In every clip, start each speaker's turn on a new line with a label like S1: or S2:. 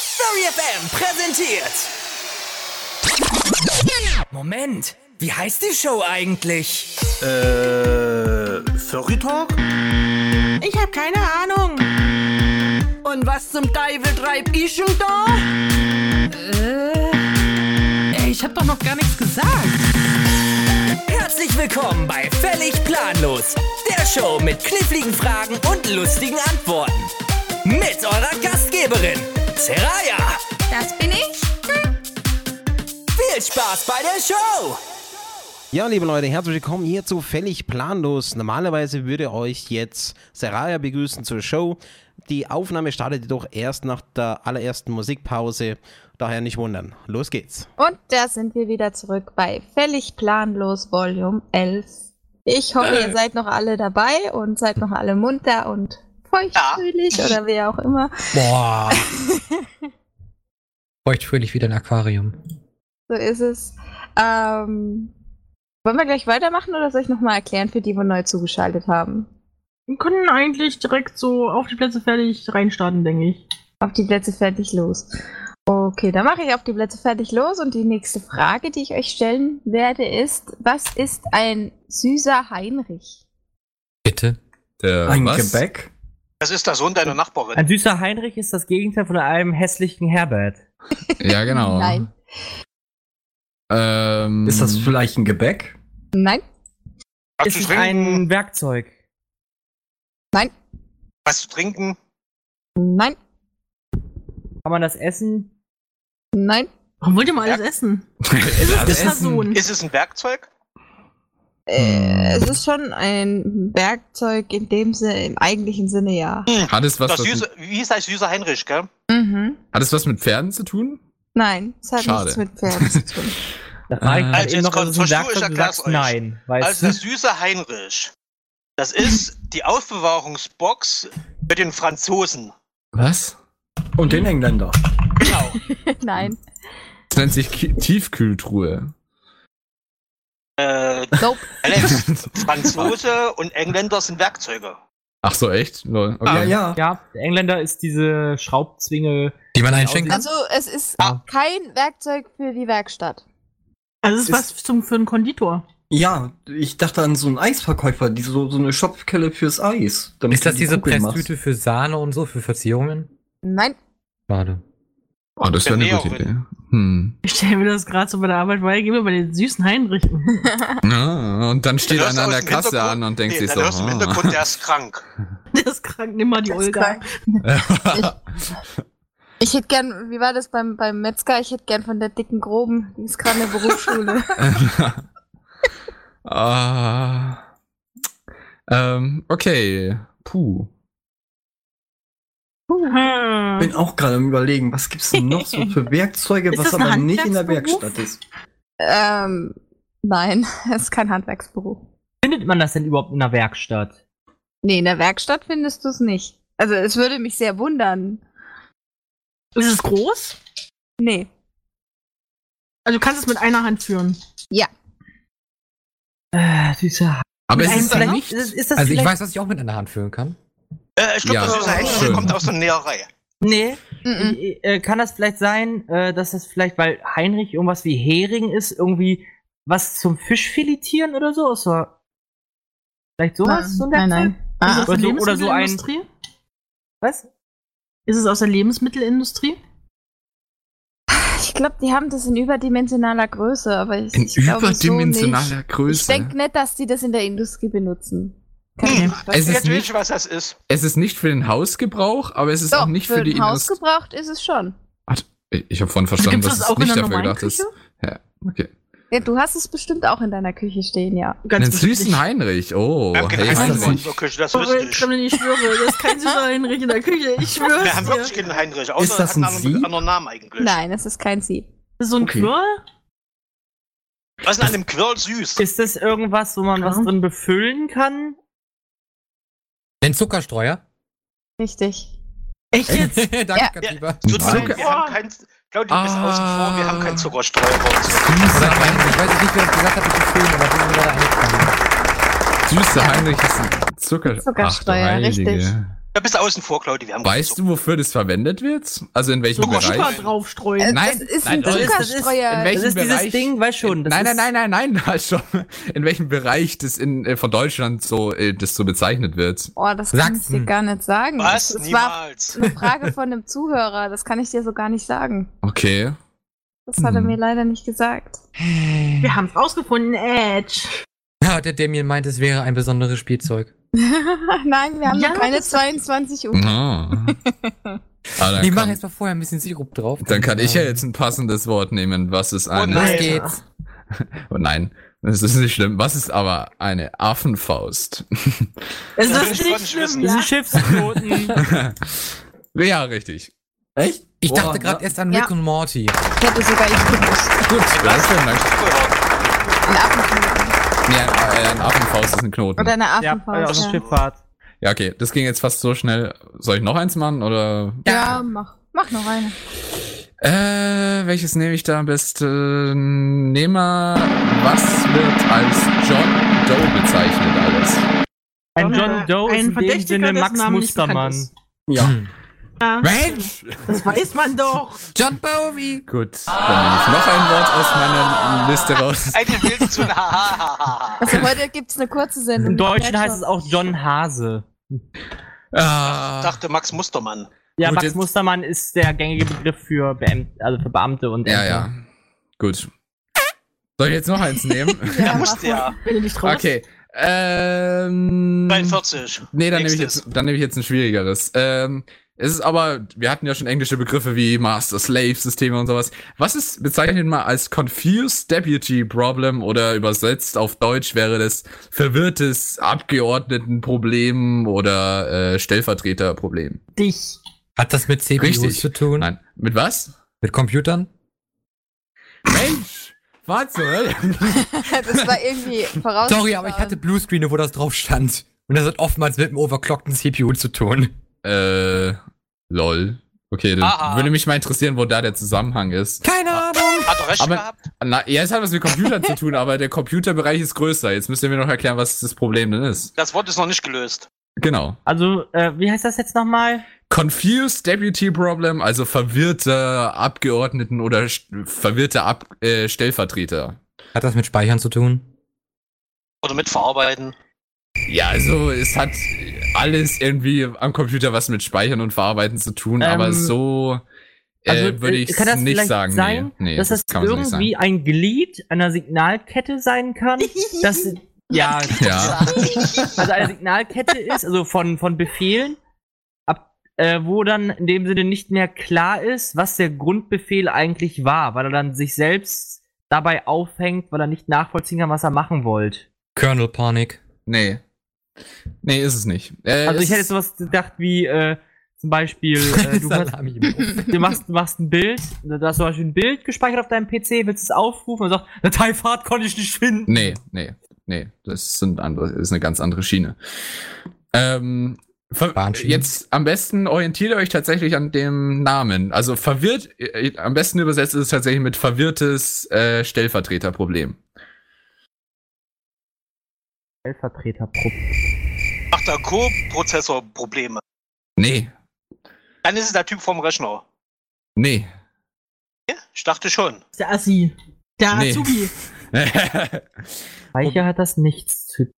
S1: Story FM präsentiert.
S2: Moment, wie heißt die Show eigentlich?
S3: Äh, Furry Talk?
S4: Ich hab keine Ahnung.
S5: Und was zum Teufel treib ich schon da?
S6: Äh, ey, ich hab doch noch gar nichts gesagt.
S2: Herzlich willkommen bei Völlig Planlos, der Show mit kniffligen Fragen und lustigen Antworten. Mit eurer Gastgeberin, Seraya.
S7: Das bin ich. Hm.
S2: Viel Spaß bei der Show!
S8: Ja, liebe Leute, herzlich willkommen hier zu Völlig Planlos. Normalerweise würde euch jetzt Seraya begrüßen zur Show. Die Aufnahme startet jedoch erst nach der allerersten Musikpause. Daher nicht wundern. Los geht's.
S7: Und da sind wir wieder zurück bei Völlig Planlos Volume 11. Ich hoffe, ihr seid noch alle dabei und seid noch alle munter und feuchtfröhlich ja. oder wer auch immer.
S9: Boah. feuchtfröhlich wie dein Aquarium.
S7: So ist es. Ähm, wollen wir gleich weitermachen oder soll ich nochmal erklären für die, die neu zugeschaltet haben?
S4: Wir können eigentlich direkt so auf die Plätze fertig reinstarten, denke ich.
S7: Auf die Plätze fertig los. Okay, dann mache ich auf die Plätze fertig los und die nächste Frage, die ich euch stellen werde, ist: Was ist ein süßer Heinrich?
S9: Bitte?
S3: Der
S9: ein
S3: was?
S9: Gebäck?
S10: Das ist das Sohn deiner Nachbarin.
S11: Ein süßer Heinrich ist das Gegenteil von einem hässlichen Herbert.
S9: ja, genau.
S7: Nein.
S9: Ähm,
S3: ist das vielleicht ein Gebäck?
S7: Nein.
S11: Ist es ein Werkzeug?
S7: Nein.
S10: Was zu trinken?
S7: Nein.
S11: Kann man das essen?
S7: Nein.
S4: Warum wollt ihr mal alles essen?
S9: ist es
S4: eine Person?
S10: Ist es ein Werkzeug?
S7: Äh, es ist schon ein Werkzeug in dem Sinne, im eigentlichen Sinne, ja.
S10: Hm.
S9: Hat es was,
S10: Das
S9: was
S10: süße, wie hieß das süßer Heinrich, gell?
S7: Mhm.
S9: Hat es was mit Pferden zu tun?
S7: Nein, es hat
S9: Schade.
S7: nichts mit Pferden zu tun.
S11: Das
S3: Äh,
S11: war ich
S9: Ah.
S11: gerade
S10: Also
S11: eben
S10: jetzt
S11: noch,
S10: kommt-
S11: dass es ein
S10: verstehe,
S11: Werkzeug
S10: ich
S11: du
S10: erklär's
S11: sagst
S10: euch.
S11: nein. Weißt
S10: Also das
S11: du?
S10: süße Heinrich. Das ist die Aufbewahrungsbox für den Franzosen.
S9: Was?
S3: Und den Engländer.
S10: Genau.
S7: Nein.
S9: Das nennt sich Ki Tiefkühltruhe.
S10: äh,
S7: Nope.
S10: Alex, Franzose und Engländer sind Werkzeuge.
S9: Ach so, echt? Lol, Okay.
S3: Ah, ja.
S11: Ja, der Engländer ist diese Schraubzwinge.
S9: Die man einschenkt.
S7: Also, es ist
S10: Ja.
S7: kein Werkzeug für die Werkstatt.
S4: Also, es ist
S3: Ist-
S4: was zum, für einen Konditor.
S3: Ja, ich dachte an so einen Eisverkäufer, die so, so eine Schopfkelle fürs Eis. damit
S12: Ist das
S3: du
S12: diese
S3: Kugeln
S12: Presstüte für Sahne und so, für Verzierungen?
S7: Nein.
S12: Schade.
S9: Oh, das wäre eine
S10: Der
S9: gute Idee.
S10: Näherin.
S9: Hm.
S4: Ich stelle mir das gerade so bei der Arbeit vor, gehen wir bei den süßen Heinrichen.
S9: Ja, Ah, und dann steht
S10: Dann hörst
S9: einer an
S10: du
S9: der
S10: aus dem
S9: Kasse
S10: Hintergrund-
S9: an und denkt
S10: nee,
S9: sich
S10: dann
S9: so.
S10: hörst du im
S9: ah.
S10: Hintergrund, der ist krank.
S4: Das ist krank, nimm mal die
S7: Das ist
S4: Olga.
S7: krank.
S9: "Ah."
S7: Ich hätte gern, wie war das beim, beim Metzger? Ich hätte gern von der dicken Groben. Die ist gerade in der Berufsschule.
S9: Ah. ähm, okay. Puh.
S4: Hm.
S3: Bin auch gerade am überlegen, was gibt's denn noch so für Werkzeuge,
S4: Ist
S3: was
S4: das ein
S3: aber nicht in der
S4: Handwerksberuf?
S3: Werkstatt ist?
S7: ähm, nein, es ist kein Handwerksberuf.
S11: Findet man das denn überhaupt in einer Werkstatt?
S7: Nee, in der Werkstatt findest du es nicht. Also, es würde mich sehr wundern.
S4: Ist es groß?
S7: Nee.
S4: Also, du kannst es mit einer Hand führen.
S11: Äh, süßer
S9: Aber es
S11: Nein,
S9: ist dann
S11: vielleicht-
S9: nicht.
S11: Ist, ist das
S12: Also ich
S11: vielleicht-
S12: weiß, dass ich auch mit einer Hand füllen kann.
S10: Äh, ich glaube,
S9: Ja,
S10: das süße Heinrich
S9: schön.
S10: kommt aus der Näherei.
S11: Nee,
S7: Mhm.
S11: ich- äh, kann das vielleicht sein, äh, dass das vielleicht, weil Heinrich irgendwas wie Hering ist, irgendwie was zum Fisch filetieren oder so? Ist so vielleicht sowas? so ein Werkzeug?
S7: nein, nein. Ah,
S4: ist es aus
S11: Oder
S4: der
S11: so- oder so ein-
S4: Lebensmittelindustrie?
S11: Was?
S4: Ist es aus der Lebensmittelindustrie?
S7: Also, ich glaube, die haben das in überdimensionaler Größe, aber ich,
S9: In
S7: ich glaube so
S9: überdimensionaler
S7: nicht. Ich
S9: Größe.
S7: denke nicht, dass die das in der Industrie benutzen. Hm.
S9: Es ist
S10: Ich weiß
S9: nicht-
S10: nicht, was das ist.
S9: Es ist nicht für den Hausgebrauch, aber es ist auch nicht für, die
S7: den
S9: Industrie.
S7: Hausgebraucht ist es schon.
S9: Ich habe vorhin verstanden,
S4: Also Gibt's
S9: dass
S4: das
S9: es
S4: auch in
S9: nicht
S4: der
S9: dafür
S4: normalen
S9: gedacht ist. Okay.
S7: Ja, du hast es bestimmt auch in deiner Küche stehen, ja.
S9: Einen
S4: bestimmt
S9: süßen
S4: nicht.
S9: Heinrich. Oh,
S10: Wir haben
S9: hey
S10: keinen Heinrich in
S9: Heinrich.
S10: unserer Küche, das
S4: Oh,
S10: wüsste
S4: ich
S10: ich.
S4: kann mir nicht schwöre, das ist kein süßer Heinrich in der Küche. Ich schwöre.
S10: Wir haben wirklich keinen Heinrich, außer
S3: Ist
S10: das
S3: das
S10: hat einen
S3: ein
S10: anderen,
S3: Sieb?
S10: anderen Namen eigentlich.
S7: Nein, es ist kein Sie.
S4: Das ist so ein
S3: Okay.
S4: Quirl?
S10: Was ist denn an dem Quirl süß?
S11: Ist das irgendwas, wo man
S4: Ja.
S11: was drin befüllen kann?
S12: Den Zuckerstreuer?
S7: Richtig.
S4: Echt jetzt?
S12: Danke,
S7: Ja.
S12: Katiba.
S10: So
S9: Nein.
S10: Zucker, wir haben kein, Claudia, du bist
S9: Ah.
S10: außen vor, wir haben keinen Zuckerstreuer bei uns.
S12: Oder Wein. Ich weiß jetzt nicht, wer das gesagt hat, ich bin aber das ist mir gerade eingefallen.
S9: Süßer Heinrich ist ein Zucker
S7: Zuckersteuer,
S9: Ach, du Heilige.
S7: richtig.
S10: Da bist du außen vor, Claudi. Wir haben
S9: Weißt du, wofür das verwendet wird? Also in welchem Bereich?
S4: draufstreuen.
S9: Äh, Nein, das ist nein, ein das ist- das ist- Zuckerstreuer. in welchem
S6: Das ist
S9: Bereich?
S6: dieses Ding, weiß schon. Das
S9: Äh, Nein, nein,
S6: ist,
S9: nein, nein, nein, halt schon. In welchem Bereich das in, äh, von Deutschland so, äh, das so bezeichnet wird?
S7: Oh, das kann ich dir gar nicht sagen.
S10: Was?
S7: Das, das war
S10: Niemals.
S4: Oh
S7: eine Frage von einem Zuhörer. Das kann ich dir so gar nicht sagen.
S9: Okay.
S7: Das
S9: Hm.
S7: hat er mir leider nicht gesagt.
S4: Wir haben's rausgefunden, Edge.
S12: Ja, der Damien meint, es wäre ein besonderes Spielzeug.
S7: Nein, wir haben
S4: Ja,
S7: noch keine 22 Uhr.
S9: Ah. Ah, dann,
S12: Ich
S9: kann,
S12: mache jetzt mal vorher ein bisschen Sirup drauf.
S9: dann kann
S12: Genau.
S9: ich ja jetzt ein passendes Wort nehmen. Was ist eine.
S12: Los geht's.
S9: Oh nein, das ist nicht schlimm. Was ist aber eine Affenfaust?
S4: Es
S10: Das
S4: ist
S10: ist
S4: nicht
S10: schon
S4: schlimm,
S10: schlimm.
S6: das
S4: ja.
S6: ist Schiffsknoten.
S9: ja, richtig.
S12: Echt? Ich
S3: Boah,
S12: dachte
S3: ja.
S12: gerade erst an
S7: Ja.
S12: Rick und Morty.
S7: Ich hätte sogar ich gewusst.
S9: Gut, das ist Dank.
S7: Ein Affenknoten.
S9: Nee, ein, äh, ein Affenfaust ist ein Knoten.
S7: Oder eine
S6: ja, aus
S7: Affenfaust.
S6: der
S7: Ja,
S6: Schifffahrt.
S9: Ja, okay, das ging jetzt fast so schnell. Soll ich noch eins machen oder?
S7: ja. mach. Mach noch eine.
S9: Äh, welches nehme ich da am besten? Nehmen wir, was wird als John Doe bezeichnet alles?
S6: Ein John Doe
S4: Äh,
S6: ist
S4: Ein
S6: in dem
S4: Verdächtiger,
S6: Sinne
S4: dessen
S6: Max
S4: Name nicht bekannt
S6: Mustermann. Hm.
S4: ist.
S3: Ja.
S12: Mensch!
S4: Das weiß man doch.
S12: John Bowie!
S9: Gut, dann nehme ich noch ein Wort aus meiner Liste raus.
S10: Eigentlich willst du ein Hahaha.
S7: Also heute gibt's eine kurze Sendung.
S6: Im Deutschen heißt es auch John Hase.
S9: Ah,
S10: Dachte Max Mustermann.
S6: Ja,
S9: Gut,
S6: Max
S9: jetzt-
S6: Mustermann ist der gängige Begriff für, Beam also für Beamte und
S9: ja,
S6: Ämter.
S9: ja. Gut. Soll ich jetzt noch eins nehmen?
S10: Ja, musste ja.
S4: Wenn du dich traust.
S9: Okay. Ähm,
S10: 42.
S9: nee, dann nehme ich
S10: Nächstes.
S9: jetzt, dann nehme ich jetzt ein schwierigeres. Ähm, es ist aber, wir hatten ja schon englische Begriffe wie Master Slave Systeme und sowas. Was ist bezeichnet mal als Confused Deputy Problem oder übersetzt auf Deutsch wäre das verwirrtes Abgeordnetenproblem oder äh, Stellvertreterproblem?
S6: Dich.
S12: Hat das mit CPUs
S9: Richtig.
S12: zu tun?
S9: Nein, mit was?
S12: Mit Computern?
S9: Mensch, was zur Hölle?
S7: das war irgendwie voraus.
S12: Sorry, aber ich hatte Bluescreene, wo das drauf stand. Und das hat oftmals mit einem overclockten CPU zu tun.
S9: Äh, lol. Okay,
S6: Ah,
S9: dann
S10: Aha.
S9: würde mich mal interessieren, wo da der Zusammenhang ist.
S12: Keine Ahnung!
S10: Hat er recht
S9: Aber-
S10: gehabt?
S9: Na, ja, es hat was mit Computern zu tun, aber der Computerbereich ist größer. Jetzt müsst ihr mir noch erklären, was das Problem denn ist.
S10: Das Wort ist noch nicht gelöst.
S9: Genau.
S6: Also, äh, wie heißt das jetzt nochmal?
S9: Confused Deputy Problem, also verwirrte Abgeordneten oder st- verwirrte Ab äh, Stellvertreter.
S12: Hat das mit Speichern zu tun?
S10: Oder mit verarbeiten.
S9: Ja, also es hat alles irgendwie am Computer was mit Speichern und Verarbeiten zu tun,
S6: Ähm,
S9: aber so äh,
S6: Also,
S9: würde
S6: äh,
S9: ich
S6: kann das
S9: nicht
S6: vielleicht
S9: sagen.
S6: Sein,
S9: nee, nee,
S6: dass das,
S9: kann man so nicht sagen.
S6: irgendwie ein Glied einer Signalkette sein kann? dass, ja,
S9: Ja,
S6: also eine Signalkette ist, also von, von Befehlen, ab, äh, wo dann in dem Sinne nicht mehr klar ist, was der Grundbefehl eigentlich war, weil er dann sich selbst dabei aufhängt, weil er nicht nachvollziehen kann, was er machen wollte.
S12: Colonel Panic.
S9: nee. Nee, ist es nicht. Äh,
S6: Also ich
S9: es-
S6: hätte sowas gedacht wie äh, zum Beispiel, äh, du, hast,
S12: Salami im Ofen.
S6: du, machst, du machst ein Bild, du hast zum Beispiel ein Bild gespeichert auf deinem PC, willst es aufrufen und sagst, Dateifahrt konnte ich nicht finden.
S9: Nee, nee, nee. Das sind andere, ist eine ganz andere Schiene. Ähm, ver-
S12: Bahnschiene.
S9: jetzt am besten orientiert ihr euch tatsächlich an dem Namen. Also verwirrt, äh, am besten übersetzt ist es tatsächlich mit verwirrtes äh, Stellvertreterproblem.
S6: Stellvertreterproblem.
S10: Macht der Co-Prozessor Probleme.
S9: Nee,
S10: Dann ist es der Typ vom Rechner.
S9: nee.
S10: Ich dachte schon.
S4: Das ist der Assi. Der
S9: Nee.
S4: Azubi.
S6: Speicher hat das nichts zu tun.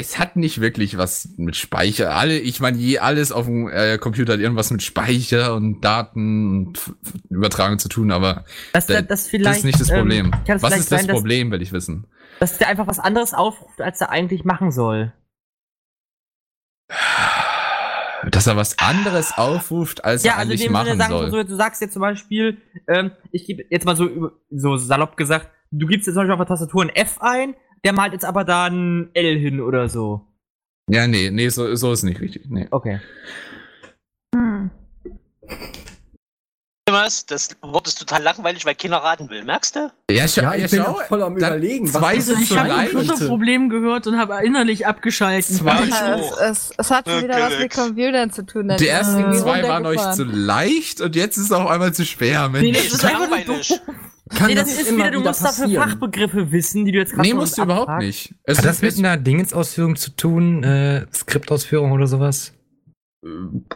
S9: es hat nicht wirklich was mit Speicher. Alle, ich meine, je alles auf dem äh, Computer hat irgendwas mit Speicher und Daten und F- F- Übertragung zu tun, aber
S6: Das,
S9: Da-
S6: das, das,
S9: das ist nicht das Problem.
S6: Ähm, kann es
S9: was
S6: vielleicht
S9: ist das
S6: sein, dass-
S9: Problem, will ich wissen.
S6: Dass der einfach was anderes aufruft, als er eigentlich machen soll.
S9: dass er was anderes aufruft, als er eigentlich machen
S6: also sagen, wir
S9: soll.
S6: so, du sagst jetzt zum Beispiel, ähm, ich gebe jetzt mal so, über- so salopp gesagt, du gibst jetzt zum Beispiel auf der Tastatur ein F ein, der malt jetzt aber da ein L hin oder so.
S9: ja, nee, nee, so, so ist nicht richtig. Nee.
S6: Okay.
S10: Thomas, das Wort ist total langweilig, weil keiner raten will. Merkst du?
S9: Ja, schau,
S3: Ja,
S9: ja,
S3: ich bin
S9: schau.
S3: auch voll am
S9: dann
S3: überlegen. was
S9: zwei
S3: das
S9: sind
S3: ist.
S4: Also, Ich habe
S9: Nein,
S4: ein
S9: ich-
S4: Problem gehört und habe innerlich abgeschalten. Äh,
S9: Zwei-
S7: Ja, es, es, es hat schon wieder was mit Computern zu tun.
S3: äh,
S9: die ersten
S4: irgendwie
S9: zwei waren euch zu leicht und jetzt ist es auf einmal zu schwer.
S4: Nee,
S9: Mensch.
S4: das ist einfach nur
S3: Kann
S6: Nee, das,
S3: das
S6: ist
S3: immer
S6: wieder, du musst dafür
S3: passieren?
S6: Fachbegriffe wissen, die du jetzt gerade
S9: Nee,
S6: von
S9: musst
S6: uns
S9: du überhaupt
S6: abfragst.
S9: nicht. Es
S12: Hat das
S9: ist
S12: mit einer Dingensausführung zu tun? Äh, Skriptausführung oder sowas?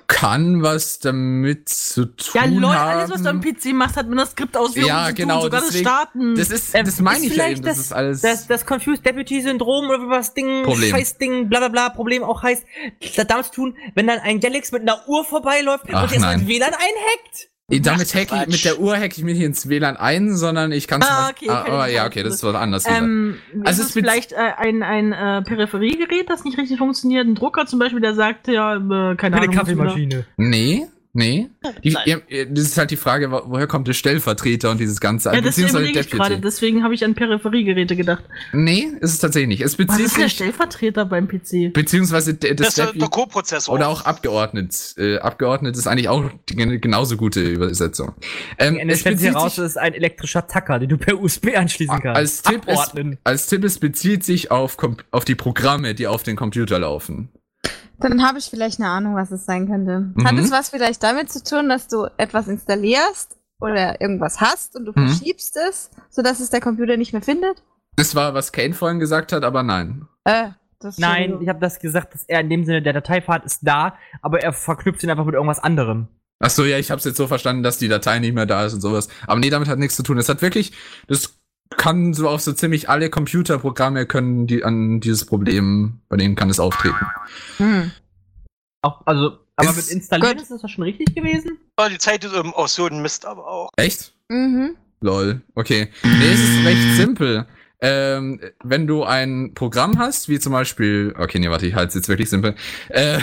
S9: kann was damit zu tun
S4: Ja,
S9: haben.
S4: lol, alles, was du am PC machst, hat mit einer Skriptausführung
S9: Ja,
S4: zu
S9: genau,
S4: tun, sogar
S9: deswegen-
S4: das Starten.
S9: das ist- das meine ich ja
S4: vielleicht
S9: eben, das ist alles-
S11: Das, das Confused Deputy Syndrom oder was Ding,
S9: Problem.
S11: Scheißding, bla bla bla, Problem auch heißt, das hat damit zu tun, wenn dann ein Galax mit einer Uhr vorbeiläuft
S9: Ach,
S11: und jetzt
S9: nein.
S11: ein WLAN einhackt.
S9: Eh, Damit hack ich, mit der Uhr hacke ich mich nicht ins WLAN ein, sondern ich kann es.
S4: Ah, okay, kann
S9: aber
S4: ich
S9: ja,
S4: auch
S9: okay,
S4: tun.
S9: das ist was anderes. wieder.
S4: Ähm,
S9: Also
S4: also ist
S9: es
S4: es
S9: bez-
S4: vielleicht äh, ein, ein äh, Peripheriegerät, das nicht richtig funktioniert, ein Drucker zum Beispiel, der sagt, ja, äh, keine
S12: Eine
S4: Ahnung. was
S12: Kaffeemaschine.
S9: nee, nee. Die, ihr, das ist halt die Frage, wo- woher kommt der Stellvertreter und dieses Ganze?
S4: wieder- Ja, das
S9: beziehungsweise
S4: überlege ich gerade, deswegen habe ich an Peripheriegeräte gedacht.
S9: Nee, ist es tatsächlich nicht. Es
S4: Was
S9: bezieht
S4: ist der
S9: sich.
S4: Stellvertreter beim PC?
S9: Beziehungsweise der,
S10: Das
S9: das
S10: ist der,
S9: Deputy-
S10: der Co-Prozessor.
S9: Oder auch Abgeordnet. Äh, Abgeordnet ist eigentlich auch die, gen- genauso gute Übersetzung. Ähm,
S6: Ende stellt sich heraus, es ist ein elektrischer Tacker, den du per USB anschließen kannst.
S9: als Tipp, es,
S6: Abordnen.
S9: als Tipp, es bezieht sich auf, Kom- auf die Programme, die auf den Computer laufen.
S7: Dann habe ich vielleicht eine Ahnung, was es sein könnte.
S9: Mhm.
S7: Hat es was vielleicht damit zu tun, dass du etwas installierst oder irgendwas hast und du
S9: Mhm.
S7: verschiebst es, sodass es der Computer nicht mehr findet?
S9: Das war, was Kane vorhin gesagt hat, aber nein.
S7: Äh, das
S6: Nein, ich
S7: ich
S6: habe das gesagt, dass er in dem Sinne, der Dateipfad ist da, aber er verknüpft ihn einfach mit irgendwas anderem.
S9: Ach so, ja, ich hab's jetzt so verstanden, dass die Datei nicht mehr da ist und sowas. Aber nee, damit hat nichts zu tun. Das hat wirklich, das kann so auf so ziemlich alle Computerprogramme können, die an dieses Problem, bei denen kann es auftreten.
S7: hm.
S6: Auch, also, aber
S9: Ist-
S6: mit installieren
S7: Gott.
S6: ist das doch schon richtig gewesen?
S10: Ja, die Zeit ist eben auch so ein Mist, aber auch.
S9: Echt?
S7: mhm.
S9: Lol, okay. Nee, es ist recht simpel. Ähm, wenn du ein Programm hast, wie zum Beispiel, okay, nee, warte, ich halte es jetzt wirklich simpel. Äh,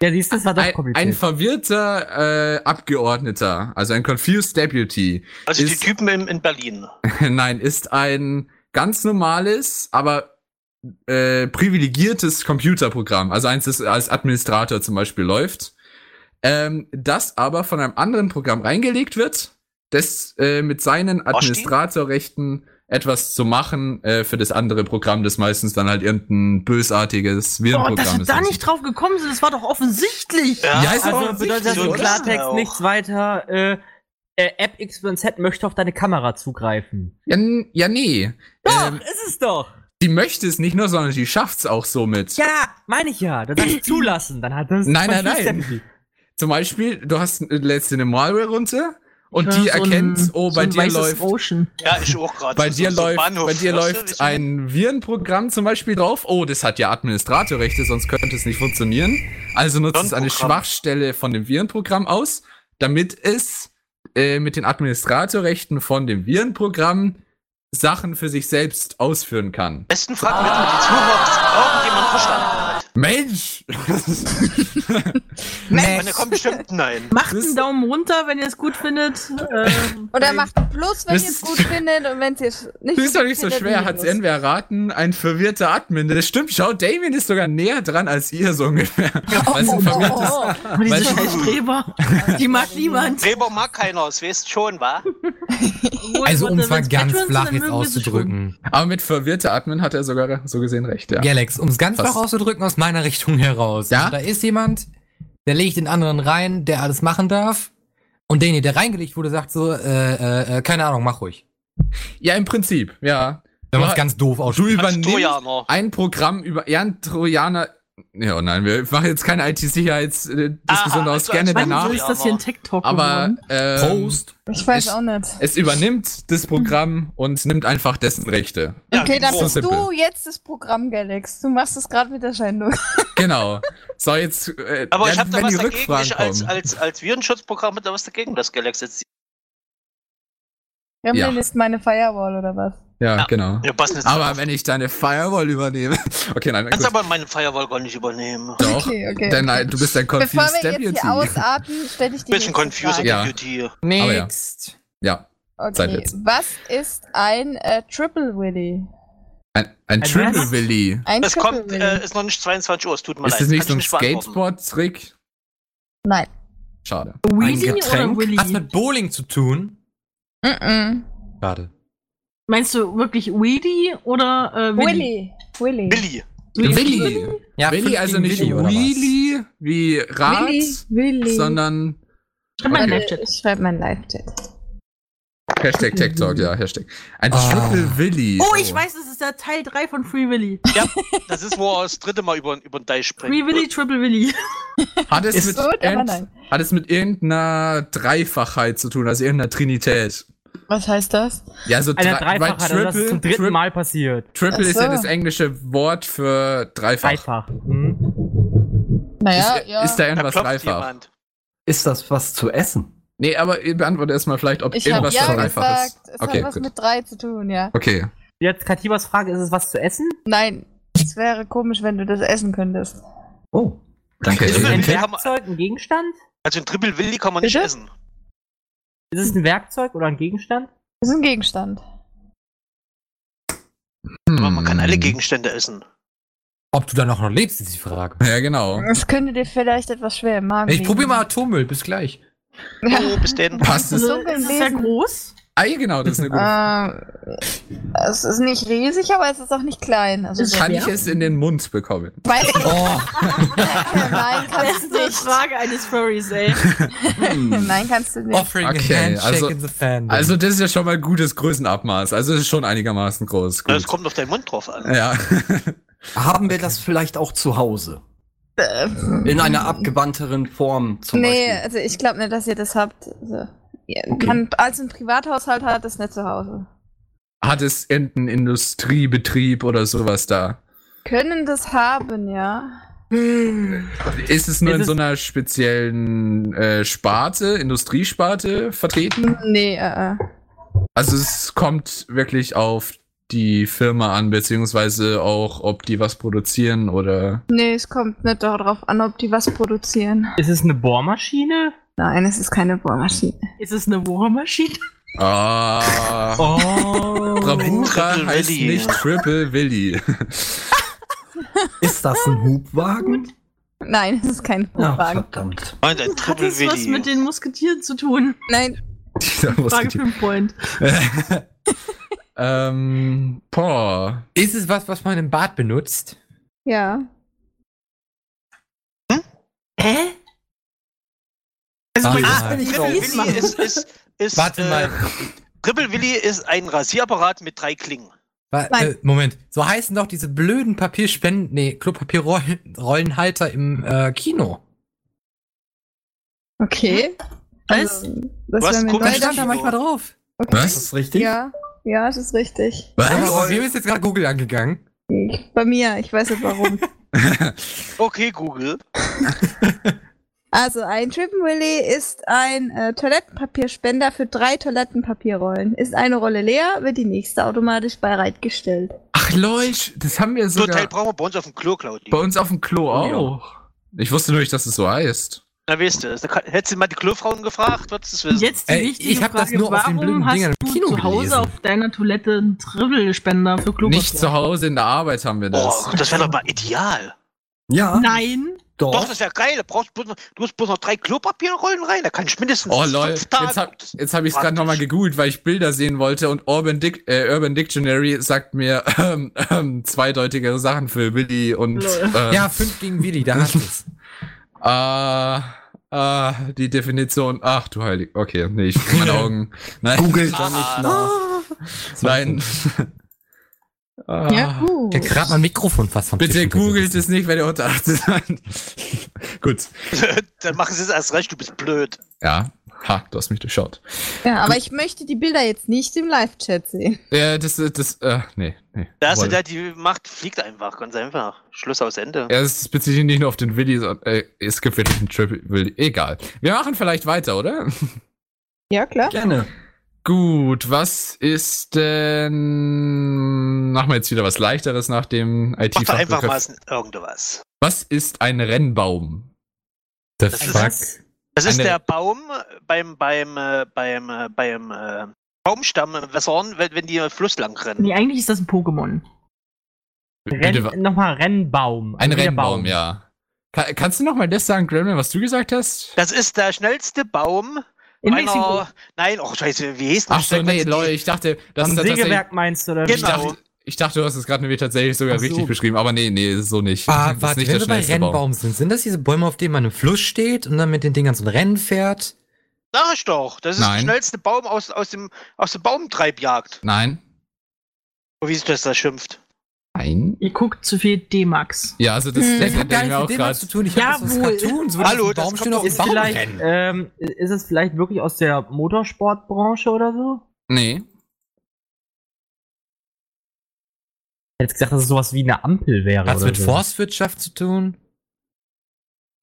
S6: Ja, siehst du, das war doch
S9: ein, ein
S6: kompliziert.
S9: verwirrter äh, Abgeordneter, also ein confused deputy,
S10: Also die
S9: Ist-
S10: Typen in, in Berlin.
S9: nein, ist ein ganz normales, aber äh, privilegiertes Computerprogramm, also eins, das als Administrator zum Beispiel läuft, ähm, das aber von einem anderen Programm reingelegt wird, das äh, mit seinen Administratorrechten etwas zu machen äh, für das andere Programm, das meistens dann halt irgendein bösartiges
S4: Oh,
S9: Virenprogramm
S4: dass wir
S9: ist.
S4: da nicht drauf gekommen sind, das war doch offensichtlich. Genau.
S9: Ja, ist aber
S6: also bedeutet das
S9: offensichtlich,
S6: im
S9: oder?
S6: Klartext
S10: Ja, auch.
S6: nichts weiter, äh, äh, App XYZ möchte auf deine Kamera zugreifen.
S9: ja, n- ja, nee. Ähm,
S6: Ist es doch!
S9: die möchte es nicht nur, sondern die schafft's auch somit.
S6: Ja, meine ich ja. Dann sagst du zulassen, dann hat das
S9: Nein, nein,
S6: das
S9: nein.
S6: Deputy.
S9: Zum Beispiel, du hast äh, lädst dir eine Malware runter und die
S4: So ein-
S9: erkennt, oh, bei
S4: so ein
S9: dir
S4: weißes
S9: läuft
S4: Ocean.
S10: Ja, ich auch gerade.
S9: Bei
S10: So-
S9: dir
S10: so
S9: läuft,
S10: Bahnhof,
S9: bei dir
S10: weißt du,
S9: läuft
S10: ich-
S9: ein Virenprogramm zum Beispiel drauf. Oh, das hat ja Administratorrechte, sonst könnte es nicht funktionieren. Also nutzt es eine
S10: Virenprogramm.
S9: Schwachstelle von dem Virenprogramm aus, damit es äh, mit den Administratorrechten von dem Virenprogramm Sachen für sich selbst ausführen kann.
S10: Besten Fragen wird mit die Zuhörer, ob das irgendjemand verstanden hat.
S9: Mensch!
S10: Meine kommt bestimmt nein.
S4: Macht
S9: Das-
S4: einen Daumen runter, wenn ihr es gut findet. Äh,
S7: Oder macht ein Plus, wenn
S9: Das
S7: ihr es
S9: ist-
S7: gut findet und wenn ihr es nicht
S9: Das ist doch nicht so
S7: findet,
S9: schwer,
S7: ein
S9: hat's
S7: Minus.
S9: irgendwer erraten. Ein verwirrter Admin. Das stimmt, schau, Damien ist sogar näher dran als ihr so ungefähr. Weil es ein verwirrtes
S7: Oh,
S4: oh, diese
S9: Weißt du-
S4: scheiß Streber. Die mag niemand.
S10: Weber mag keiner, das weißt schon, wa?
S12: Also um es mal
S4: Wenn's
S12: ganz
S4: Patrons sind,
S12: flach
S4: dann
S12: jetzt
S4: mögen wir sie schon.
S12: auszudrücken.
S9: Aber mit verwirrter Admin hat er sogar so gesehen recht, ja.
S12: Galax, um es ganz
S9: Fast.
S12: flach auszudrücken aus meiner Richtung heraus.
S9: Ja?
S12: Also, Da ist jemand, der legt den anderen rein, der alles machen darf. Und derjenige, der reingelegt wurde, sagt so, äh, äh, äh, keine Ahnung, mach ruhig.
S9: Ja, im Prinzip, ja.
S12: Wenn man
S9: Ja,
S12: es ganz doof
S9: Du
S12: ausspricht.
S9: übernimmst
S10: Trojaner.
S9: ein Programm über. Ja, ein Trojaner. Ja, oh nein, wir machen jetzt keine IT-Sicherheitsdiskussion
S10: Ah,
S9: daraus,
S10: also
S9: gerne
S10: als-
S4: Mann,
S9: danach.
S4: so ist das hier ein Tech-Talk
S9: Aber
S4: geworden.
S9: ähm,
S12: Prost.
S7: Ich weiß
S9: Ich-
S7: auch nicht.
S9: es übernimmt das Programm und nimmt einfach dessen Rechte.
S7: Okay, dann
S10: so
S7: bist du
S9: simpel.
S7: jetzt das Programm, Galax. Du machst es gerade mit der Scheinung.
S9: Genau. So, jetzt. Äh,
S10: Aber ich
S9: werden-
S10: habe da
S9: wenn
S10: was
S9: die
S10: dagegen.
S9: Rückfragen
S10: Ich als,
S9: kommen.
S10: als, als Virenschutzprogramm hab da was dagegen, das Galaxy. jetzt-
S7: Gremlin
S9: Ja.
S7: ist meine Firewall oder was?
S9: ja, genau.
S10: Ja, passt nicht.
S9: Aber wenn ich deine Firewall übernehme. Okay, nein,
S10: Kannst
S9: gut.
S10: aber meine Firewall gar nicht übernehmen.
S9: Doch.
S7: Okay, okay,
S9: Denn,
S7: okay.
S9: nein, du bist ein
S7: Bevor
S9: Confused
S7: wir jetzt
S9: Deputy.
S7: hier ausarten, stelle ich die nächste
S10: Bisschen Confuser
S7: Frage.
S9: Ja.
S10: Deputy.
S9: Aber ja.
S12: Next.
S9: Ja. Seid
S7: Okay,
S9: jetzt.
S7: was ist ein äh, Triple Willy?
S9: Ein, ein Triple Willy.
S7: Ein
S10: Das
S7: Triple
S10: kommt,
S7: Willy.
S10: äh, ist noch nicht 22 Uhr, es tut mir
S9: Ist
S10: leid.
S9: das nicht so
S10: kann
S9: ein
S10: ich beantworten.
S9: Skateboard-Trick?
S7: Nein.
S9: Schade.
S12: Ein
S4: Wheezy oder
S12: Getränk. Hat's
S4: Willy?
S12: mit Bowling zu tun?
S7: Mm
S12: Schade.
S4: Meinst du wirklich Weedy oder äh, Willy?
S7: Willy. Willy.
S10: Billy.
S4: Willy.
S9: Willy.
S12: Ja,
S9: Willy
S12: fünf
S9: also
S12: gegen
S9: nicht
S12: Willi, oder was?
S9: Willy wie Rad,
S7: Willy. Willy.
S9: sondern
S4: Schreib mal in
S7: Warte,
S4: den Live-Chat.
S7: ich schreibe meinen Live-Chat.
S9: Hashtag Tech Talk, ja, Hashtag. Ein Triple Willi.
S4: Oh, ich weiß, das ist der Teil 3 von Free Willy.
S10: Ja, das ist, wo er das dritte Mal über, über den Deich springt.
S4: Free Willy, Triple Willy.
S9: Hat es,
S7: Ist
S9: mit
S7: gut, aber
S9: irgend-
S7: nein.
S9: hat es mit irgendeiner Dreifachheit zu tun, also irgendeiner Trinität.
S7: Was heißt das?
S9: Ja, so
S11: Einer
S9: drei- weil
S11: Dreifachheit, also das ist zum dritten
S9: Tri-
S11: Mal passiert.
S9: Triple
S7: Ach
S9: ist ja
S7: so.
S9: das englische Wort für dreifach.
S11: Dreifach. Mhm.
S7: Naja,
S9: ist,
S7: Halt. ja.
S9: ist da
S10: Da
S9: irgendwas
S10: klopft
S9: dreifach?
S10: jemand.
S3: Ist das was zu essen?
S9: Nee, aber ihr beantwortet erstmal vielleicht, ob
S7: ich habe
S9: irgendwas
S7: ja
S9: dreifach
S7: gesagt,
S9: ist.
S7: es
S9: Okay,
S7: hat was
S9: gut.
S7: mit drei zu tun, ja.
S9: Okay.
S11: Jetzt Katibas Frage, ist es was zu essen?
S7: Nein, es wäre komisch, wenn du das essen könntest.
S3: Oh, danke.
S10: Ist
S9: Hm.
S11: Ein
S10: Willi kann man-
S11: Werkzeug, ein Gegenstand?
S10: Also ein Triple Willi kann man nicht
S7: Bitte?
S10: essen.
S11: Ist es ein Werkzeug oder ein Gegenstand?
S7: Das ist ein Gegenstand.
S10: Aber man kann alle
S9: Hm.
S10: Gegenstände essen.
S12: Ob du da noch lebst, ist die Frage.
S9: Ja, genau.
S7: Es könnte dir vielleicht etwas schwer im Magen
S12: Ich
S7: liegen.
S12: probier mal Atommüll, bis gleich.
S7: Ja.
S10: Oh, bis denn.
S9: Passt es?
S4: Also,
S7: dunkeln
S4: ist es ja
S7: Wesen.
S4: groß?
S9: Ah, ja, genau, das ist eine gute Frage.
S7: Ähm, es ist nicht riesig, aber es ist auch nicht klein. Also so-
S9: Kann ich es in den Mund bekommen?
S7: Weiß ich-
S12: Oh,
S7: Nein, kannst du
S4: Beste
S7: nicht.
S4: Frage eines Furries, ey.
S7: Nein, kannst du nicht.
S12: Oh, offering
S9: Okay,
S12: a handshake
S9: also-
S12: in the fandom.
S9: Also, das ist ja schon mal gutes Größenabmaß. Also, es ist schon einigermaßen groß. Gut.
S10: Das kommt auf deinen Mund drauf an.
S9: ja.
S3: Haben wir das vielleicht auch zu Hause?
S7: Äh,
S3: In einer abgewandteren Form zum
S7: nee,
S3: Beispiel?
S7: also ich glaube nicht, dass ihr das habt. Also, ihr, man, als ein Privathaushalt hat, das nicht zu Hause.
S9: Hat es irgendeinen Industriebetrieb oder sowas da?
S7: Können das haben, ja.
S9: Ist es nur
S11: Ist
S9: in
S11: es-
S9: so einer speziellen äh, Sparte, Industriesparte vertreten?
S7: Nee, äh, äh.
S9: Also es kommt wirklich auf die Firma an, beziehungsweise auch, ob die was produzieren oder.
S7: nee, es kommt nicht darauf an, ob die was produzieren.
S11: Ist es eine Bohrmaschine?
S7: Nein, es ist keine Bohrmaschine.
S4: Ist es eine Bohrmaschine?
S9: Ah.
S11: Oh.
S9: Bravura
S10: Triple
S9: heißt
S10: Willi.
S9: nicht Triple Willy.
S3: Ist das ein Hubwagen?
S7: Nein, es ist kein
S3: Ja,
S7: Wagen.
S3: verdammt.
S10: Nein, ein
S4: Hat
S10: Triple
S4: es was mit
S10: Willi.
S4: den Musketieren zu tun?
S7: Nein,
S9: Da muss
S4: Frage
S9: ich-
S4: für einen Freund.
S9: ähm, boah.
S12: ist es was, was man im Bad benutzt?
S7: ja.
S4: Hä? Also,
S12: Ah,
S4: man
S12: ja.
S4: kann es nicht
S10: Triple
S4: fies
S10: Genau, Willi
S4: machen.
S10: ist, ist, ist,
S12: Warte
S10: äh,
S12: mal.
S10: Triple Willi ist ein Rasierapparat mit drei Klingen.
S12: Wa-
S7: Nein.
S12: Äh, Moment, so heißen doch diese blöden Papierspenden, nee, Klopapierrollenhalter im äh, Kino.
S7: Okay.
S4: Was?
S7: Also, das
S10: Was?
S7: wär mir
S10: Guck,
S12: Da
S10: Bei
S7: neu.
S10: der
S12: stand da
S10: Kino.
S12: manchmal drauf.
S9: Was?
S3: das richtig?
S7: Ja, ja, das ist richtig.
S12: Aber wem ist jetzt gerade Google angegangen?
S7: Bei mir, ich weiß nicht warum.
S10: Okay, Google.
S7: also ein Triple Willy ist ein äh, Toilettenpapierspender für drei Toilettenpapierrollen. Ist eine Rolle leer, wird die nächste automatisch bereitgestellt.
S9: Ach lol, das haben wir
S10: So ein Teil
S9: sogar
S10: brauchen wir bei uns auf dem Klo, Claudi.
S9: bei uns auf dem Klo auch. Ich wusste nur nicht, dass es so heißt.
S10: Na, weißt du, da kann- hättest du mal die Klofrauen gefragt, würdest du es wissen.
S4: Jetzt die
S12: Ey,
S4: wichtige
S12: ich hab
S4: Frage,
S12: das nur auf den
S4: warum
S12: blöden
S4: hast
S12: Dingern im
S4: du
S12: Kino
S4: zu Hause
S12: gelesen?
S4: auf deiner Toilette einen Tribbelspender für Klopapier?
S9: Nicht zu Hause in der Arbeit haben wir das.
S10: Boah, das wäre doch mal ideal.
S3: Ja,
S4: Nein.
S3: doch.
S10: Doch, das wäre geil. Da brauchst du, bloß noch, du musst bloß noch drei Klopapierrollen rein. Da kann ich mindestens
S9: Oh lol,
S10: fünf
S9: jetzt
S10: Tage.
S9: hab, jetzt hab ich's gerade nochmal gegoogelt, weil ich Bilder sehen wollte und Urban, Dic äh, Urban Dictionary sagt mir ähm, ähm, zweideutigere Sachen für Willy und
S4: Lol.
S9: äh,
S12: Ja, 5 gegen Willi, da hast du's.
S9: äh, äh, die Definition. Ach du heilig. Okay, nee, ich meine Augen. Nein, Ah.
S3: Googelt da nicht nach.
S9: nein. Ah.
S7: Ja, gut.
S12: Ich hab grad mein Mikrofon fast vom
S9: Bitte
S12: Tisch
S9: googelt
S12: runtergerissen.
S9: es nicht, wenn ihr unter 18 seid. Gut.
S10: Dann machen sie es erst recht, du bist blöd.
S9: Ja. Ha, du hast mich durchschaut.
S7: Ja, aber ich möchte die Bilder jetzt nicht im Live-Chat sehen.
S9: Äh, das, das, äh, nee, nee.
S10: Da hast du
S9: Wollte-
S10: da die Macht, fliegt einfach, ganz einfach. Schluss aus Ende.
S9: Ja, es bezieht sich nicht nur auf den Willi, sondern äh, es gibt wirklich einen Triple Willi. Egal. Wir machen vielleicht weiter, oder?
S7: Ja, klar.
S3: Gerne.
S9: Gut, was ist denn. Machen wir jetzt wieder was Leichteres nach dem it
S10: Mach doch einfach mal
S9: Fachbegriff.
S10: irgendwas.
S9: Was ist ein Rennbaum?
S12: The
S10: Das ist
S12: fuck?
S10: Das ist
S9: Eine-
S10: der Baum beim, beim, äh, beim, äh, beim äh, Baumstamm in Wässern, wenn, wenn die im Fluss lang rennen.
S4: Nee, eigentlich ist das ein Pokémon.
S9: Bitte wa-
S11: Renn, nochmal Rennbaum.
S9: ein
S11: Also wie der
S9: Rennbaum,
S11: Baum.
S9: ja. Ka kannst du nochmal das sagen, Gremlin, was du gesagt hast?
S10: Das ist der schnellste Baum
S4: In
S10: meiner-
S4: Mexiko.
S10: Nein, oh scheiße, wie hieß denn
S9: Ach so,
S10: Schnell-
S9: nee, Leute, ich dachte, das
S11: Am
S9: ist tatsächlich.
S11: Sägewerk meinst du, oder
S9: Ich
S10: Genau.
S9: dachte, ich dachte, du hast es gerade nämlich tatsächlich sogar
S12: Ach so.
S9: richtig beschrieben, aber nee, nee, ist so nicht.
S12: Ah,
S9: Das ist
S12: warte,
S9: nicht
S12: wenn
S9: der
S12: wir bei
S9: schnellste Baum.
S12: Rennbaum sind, sind das diese Bäume, auf denen man im Fluss steht und dann mit den Dingern so ein Rennen fährt?
S10: Sag ich doch. Das ist
S9: Nein.
S10: der schnellste Baum aus, aus, dem, aus dem Baumtreibjagd.
S9: Nein.
S10: Oh, Wie ist das da schimpft?
S9: Nein.
S4: Ihr guckt zu viel D-Max.
S9: Ja, also das,
S4: Hm.
S9: das,
S4: Das hat
S9: denken
S4: gar
S9: wir
S4: nichts
S9: auch
S4: mit dem was
S9: gerade.
S12: zu tun. Ich hab was
S4: Jawohl.
S12: Cartoon, so Hallo, das Baum stehen auf dem
S6: ist,
S12: Baum
S6: vielleicht,
S12: rennen.
S6: ähm,
S11: Ist es vielleicht wirklich aus der Motorsportbranche oder so?
S9: Nee.
S6: Ich hätte gesagt, dass es sowas wie eine Ampel wäre.
S12: Hat's
S6: oder
S12: mit
S6: so.
S12: Forstwirtschaft zu tun?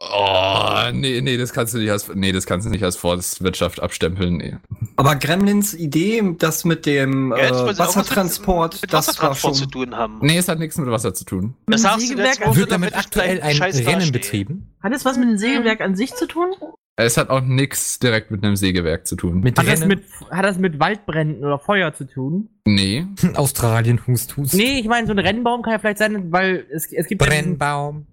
S9: Oh, nee, nee, das kannst du nicht als, nee, das kannst du nicht als Forstwirtschaft abstempeln. Nee.
S3: Aber Gremlins Idee, das mit dem
S10: Ja,
S3: äh,
S10: jetzt muss es auch was mit-
S3: Wassertransport, das
S10: mit
S3: war
S10: Wassertransport
S3: schon.
S10: zu tun haben.
S9: Nee, es hat nichts mit Wasser zu tun.
S10: Das
S4: Mit dem
S10: sagst du
S4: Sägewerk
S10: jetzt, wo
S4: auf-
S10: wir
S12: Wird damit
S10: damit
S12: aktuell ein
S10: gleich scheiß
S12: Rennen
S10: dastehen.
S12: betrieben?
S4: Hat es was mit dem Sägewerk an sich zu tun?
S9: Es hat auch nichts direkt mit einem Sägewerk zu tun.
S12: Mit
S6: Hat das
S12: Rennen?
S6: mit, hat das mit Waldbränden oder Feuer zu tun?
S9: nee.
S12: Australien, Hust, Hust.
S6: Nee, ich meine, so ein Rennbaum kann ja vielleicht sein, weil es, es gibt ja diesen-
S12: Brennbaum.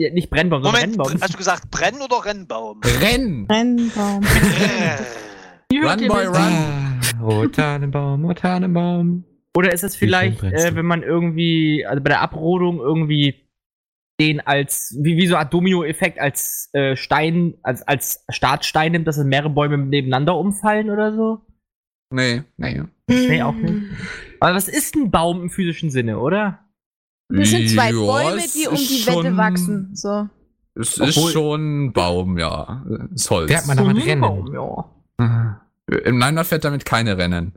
S6: ja, nicht Brennbaum, sondern
S10: Moment,
S6: Rennbaum.
S10: hast du gesagt Brenn oder Rennbaum? Äh.
S9: Renn!
S7: Brennbaum.
S4: Ihr hört
S9: Run, boy,
S4: ihr
S9: run!
S12: Oh, Tannenbaum, oh, Tannenbaum.
S6: Oder ist das vielleicht,
S12: brennst
S6: äh,
S12: du.
S6: wenn man irgendwie, also bei der Abrodung irgendwie den als, wie, wie so ein Art Domino-Effekt als äh, Stein, als, als Startstein nimmt, dass dann mehrere Bäume nebeneinander umfallen oder so?
S9: Nee, nee.
S6: Nee, auch nicht. Aber was ist ein Baum im physischen Sinne, oder?
S7: Das sind zwei
S9: Ja,
S7: Bäume,
S9: es
S7: die um
S9: ist
S7: die Wette
S9: schon-
S7: wachsen. So.
S9: Es
S12: Obwohl-
S9: ist schon ein Baum, ja. Ist Holz.
S12: Der hat man
S4: So
S12: damit
S4: ein
S6: Hm?
S4: Baum,
S12: rennen.
S4: ja.
S9: Im Leinwand fährt damit keine Rennen.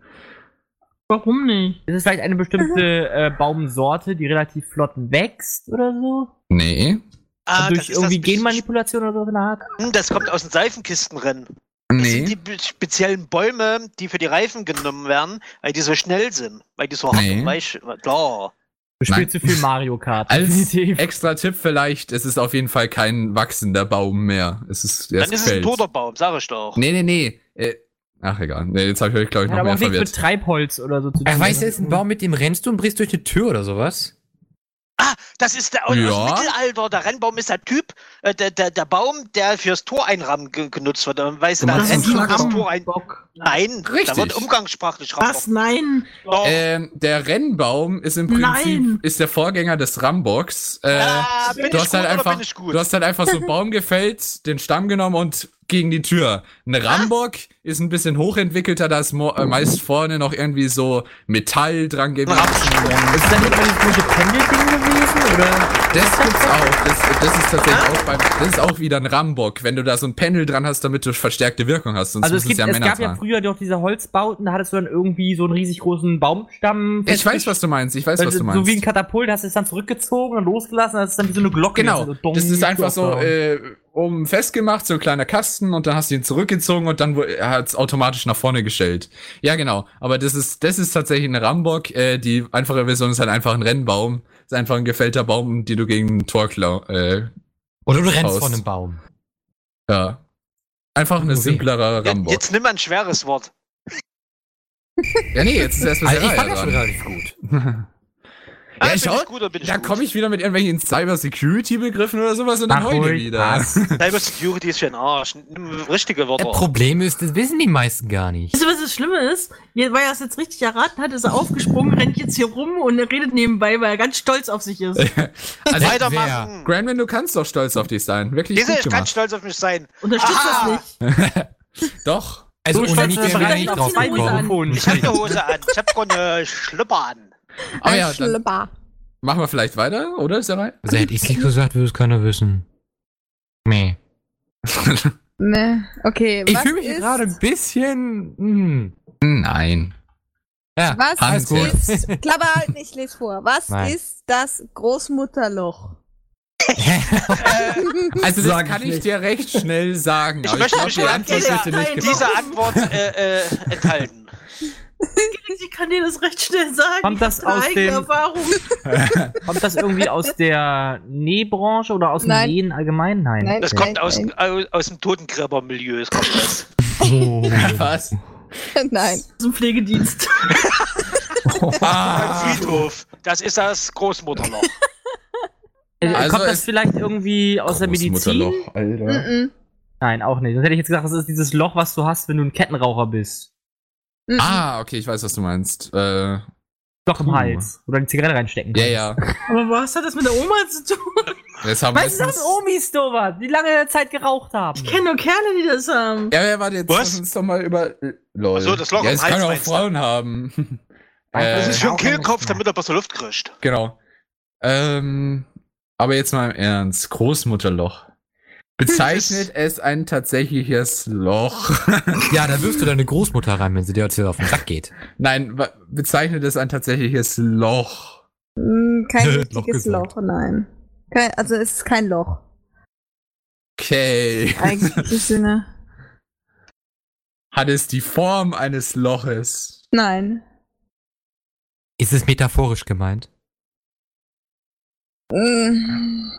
S4: Warum nicht?
S6: Ist es vielleicht eine bestimmte äh,
S10: Mhm.
S6: Baumsorte, die relativ flott wächst oder so?
S9: Nee.
S10: Ah,
S6: durch
S10: ist das
S6: irgendwie
S10: Be-
S6: Genmanipulation oder so in der Art?
S10: Hm, Das kommt aus den Seifenkistenrennen. Das sind die
S9: Nee.
S10: be- speziellen Bäume, die für die Reifen genommen werden, weil die so schnell sind, weil die so hart
S9: Nee.
S10: und weich Klar.
S6: Du
S9: Nein.
S6: spielst zu viel Mario Kart.
S9: Als
S6: definitiv.
S9: extra Tipp vielleicht, es ist auf jeden Fall kein wachsender Baum mehr. Es ist, er
S10: Dann ist es ein
S9: gefällt.
S10: toter Baum, sag ich doch.
S9: Nee, nee, nee. Äh, ach, egal. Nee, jetzt habe ich euch, glaube ich,
S6: Hat
S9: noch
S6: aber
S9: mehr
S6: auch nichts mit
S9: verwirrt.
S6: Treibholz oder so zu tun. ne?
S12: Er weiß, er ist ein Baum, mit dem rennst du und brichst durch eine Tür oder sowas.
S10: Ah, das ist der aus
S9: Ja.
S10: aus dem Mittelalter. Der Rennbaum ist der Typ, äh, der, der, der Baum, der fürs Tor einrahmen ge genutzt wird. Und weißt du,
S3: Du
S10: da
S3: meinst
S10: rennt
S3: den
S10: jemand das
S3: Schlagbaum?
S10: Tor ein.
S4: Bock.
S10: Nein,
S9: Richtig.
S10: da wird umgangssprachlich
S4: Was? Nein.
S10: Doch.
S9: Ähm, der Rennbaum ist im Prinzip
S4: Nein.
S9: ist der Vorgänger des Rambox. Äh,
S10: Ah, bin
S9: du
S10: ich
S9: hast halt
S10: gut oder
S9: einfach,
S10: bin ich gut?
S9: du hast halt einfach so einen Baum gefällt, den Stamm genommen und gegen die Tür.
S10: Ah.
S9: Ein Rambock ist ein bisschen hochentwickelter, da ist mo-
S10: Mhm.
S9: äh, meist vorne noch irgendwie so Metall dran gewachsen.
S6: Ist dann nicht mal dieses komische Pendelding gewesen? Oder?
S9: Das gibt's auch. Das, das ist tatsächlich
S10: Ah.
S9: auch beim, das ist auch wieder ein Rambock, wenn du da so ein Pendel dran hast, damit du verstärkte Wirkung hast. Sonst
S6: Also es,
S9: müssen
S6: gibt, es
S9: Männer
S6: gab ja
S9: tragen.
S6: früher doch diese Holzbauten, da hattest du dann irgendwie so einen riesig großen Baumstamm.
S9: Ich weiß, was du meinst. Ich weiß, was du meinst.
S6: also So wie ein Katapult, hast du es dann zurückgezogen und losgelassen, das ist dann wie so eine Glocke.
S9: Genau,
S6: so dong,
S9: das ist einfach so
S6: aufgehauen.
S9: äh, oben festgemacht, so ein kleiner Kasten und dann hast du ihn zurückgezogen und dann hat es automatisch nach vorne gestellt. Ja, genau, aber das ist, das ist tatsächlich eine Rambock, äh, die einfache Version ist halt einfach ein Rennbaum, ist einfach ein gefällter Baum, die du gegen ein Tor klau äh,
S12: Oder du rennst
S9: Faust.
S12: vor einem Baum.
S9: ja. Einfach eine
S12: Okay.
S9: simplere
S10: Ja,
S9: Rambock.
S10: Jetzt nimm mal ein schweres Wort.
S9: Ja, nee, jetzt ist erstmal
S12: Also ich
S9: Seraya
S12: fand das schon
S9: dran.
S12: relativ gut.
S10: Ah, bin
S9: schau,
S10: ich gut oder bin ich
S9: Da
S10: gut?
S9: komme ich wieder mit irgendwelchen Cyber-Security-Begriffen oder sowas und dann
S6: Ach,
S9: heule
S6: ruhig,
S9: wieder.
S6: was?
S10: Cyber Security ist für ein Arsch. Nimm richtige
S9: Äh,
S12: Das
S10: Wörter.
S12: Problem ist, das wissen die meisten gar nicht.
S4: Weißt du, was das Schlimme ist? Ihr- Weil er es jetzt richtig erraten hat, ist er aufgesprungen, rennt jetzt hier rum und er redet nebenbei, weil er ganz stolz auf sich ist.
S9: Also,
S10: Weitermachen.
S9: Granvin, du kannst doch stolz auf dich sein. Wirklich
S10: Diese,
S9: gut
S10: ich kann
S9: gemacht.
S10: stolz auf mich sein.
S4: Unterstützt das nicht.
S9: Doch.
S12: Also
S6: So
S12: ohne
S6: stolz,
S12: mich
S6: dass er
S12: wären wir da
S4: vielleicht
S12: nicht
S4: noch
S12: drauf
S4: zwei Hose
S12: gekommen.
S6: Telefon.
S10: Ich hab eine Hose an. Ich hab grad eine Schlipper an.
S9: Aber
S7: Ein
S9: ja, dann
S7: Schlüpper.
S9: machen wir vielleicht weiter, oder, Sarai?
S12: Also hätte ich nicht gesagt, würde es keiner wissen. Nee.
S7: Nee. Ne? Okay,
S12: Ich
S7: was
S12: fühle mich
S7: ist,
S12: gerade ein bisschen. Mh.
S9: Nein.
S12: Ja,
S7: Was
S9: alles gut.
S7: ist. Klapper halten, ich lese vor. Was
S12: Nein.
S7: ist das Großmutterloch?
S9: Also das
S3: Sag
S9: kann
S3: ich
S9: ich
S3: nicht.
S9: dir recht schnell sagen.
S10: Ich
S9: aber
S10: möchte
S9: glaub,
S10: mich
S9: die
S10: nur
S9: Antwort
S10: dieser-
S9: hätte nicht
S4: dieser-
S9: gebraucht.
S10: Diese Antwort äh, äh, enthalten.
S4: Ich kann dir das recht schnell sagen.
S6: Kommt
S4: Ich
S6: das
S4: hab da
S6: aus
S4: eigene
S6: dem-
S4: Erfahrung.
S6: Kommt das irgendwie aus der Nähbranche oder aus dem
S7: Nein.
S6: Nähen allgemein? Nein.
S7: Nein,
S10: Das
S7: nein,
S10: kommt aus, aus, aus dem Totengräbermilieu. Es kommt das.
S12: Oh.
S9: Was?
S7: Nein. nein.
S4: Zum Pflegedienst.
S9: Ah,
S10: Beim Friedhof. Das ist das Großmutterloch.
S6: Äh,
S9: Also
S6: Kommt
S9: es-
S6: das vielleicht irgendwie aus der Medizin?
S9: Alter.
S7: Mm
S6: Nein, auch nicht. Sonst hätte ich jetzt gesagt, das ist dieses Loch, was du hast, wenn du ein Kettenraucher bist.
S7: -mm.
S9: Ah, okay, ich weiß, was du meinst. Äh, ja,
S6: Doch im
S9: Puh.
S6: Hals. Oder die Zigarette reinstecken. kannst.
S9: ja.
S4: Aber was hat das mit der Oma zu tun?
S9: Jetzt haben
S6: Weißt du, das
S7: um?
S6: sind Omis, Dover, die lange Zeit geraucht haben.
S4: Ich kenne nur Kerle, die das haben.
S9: Ja, wer war jetzt?
S10: Was?
S9: Lass uns doch mal über. äh, Lol.
S10: Achso, das Loch
S9: ja,
S10: am
S9: es
S10: Hals
S9: kann auch
S10: meinst du?
S9: Frauen haben.
S10: Das
S9: äh,
S10: ist für einen
S12: auch noch nicht
S10: Kehlkopf,
S12: mal.
S10: damit er besser Luft kriegt.
S9: genau. Ähm, aber jetzt mal im Ernst. Großmutterloch. Bezeichnet es ein tatsächliches Loch?
S12: Ja, da wirfst du deine Großmutter rein, wenn sie dir jetzt hier auf den Sack geht.
S9: Nein, wa- bezeichnet es ein tatsächliches Loch?
S7: Mm, Kein
S12: Loch
S7: richtiges
S12: gesagt.
S7: Loch, nein. Kein, also es ist kein Loch.
S9: Okay.
S7: Eigentlich im Sinne.
S9: Hat es die Form eines Loches?
S7: Nein.
S12: Ist es metaphorisch gemeint?
S7: Mm,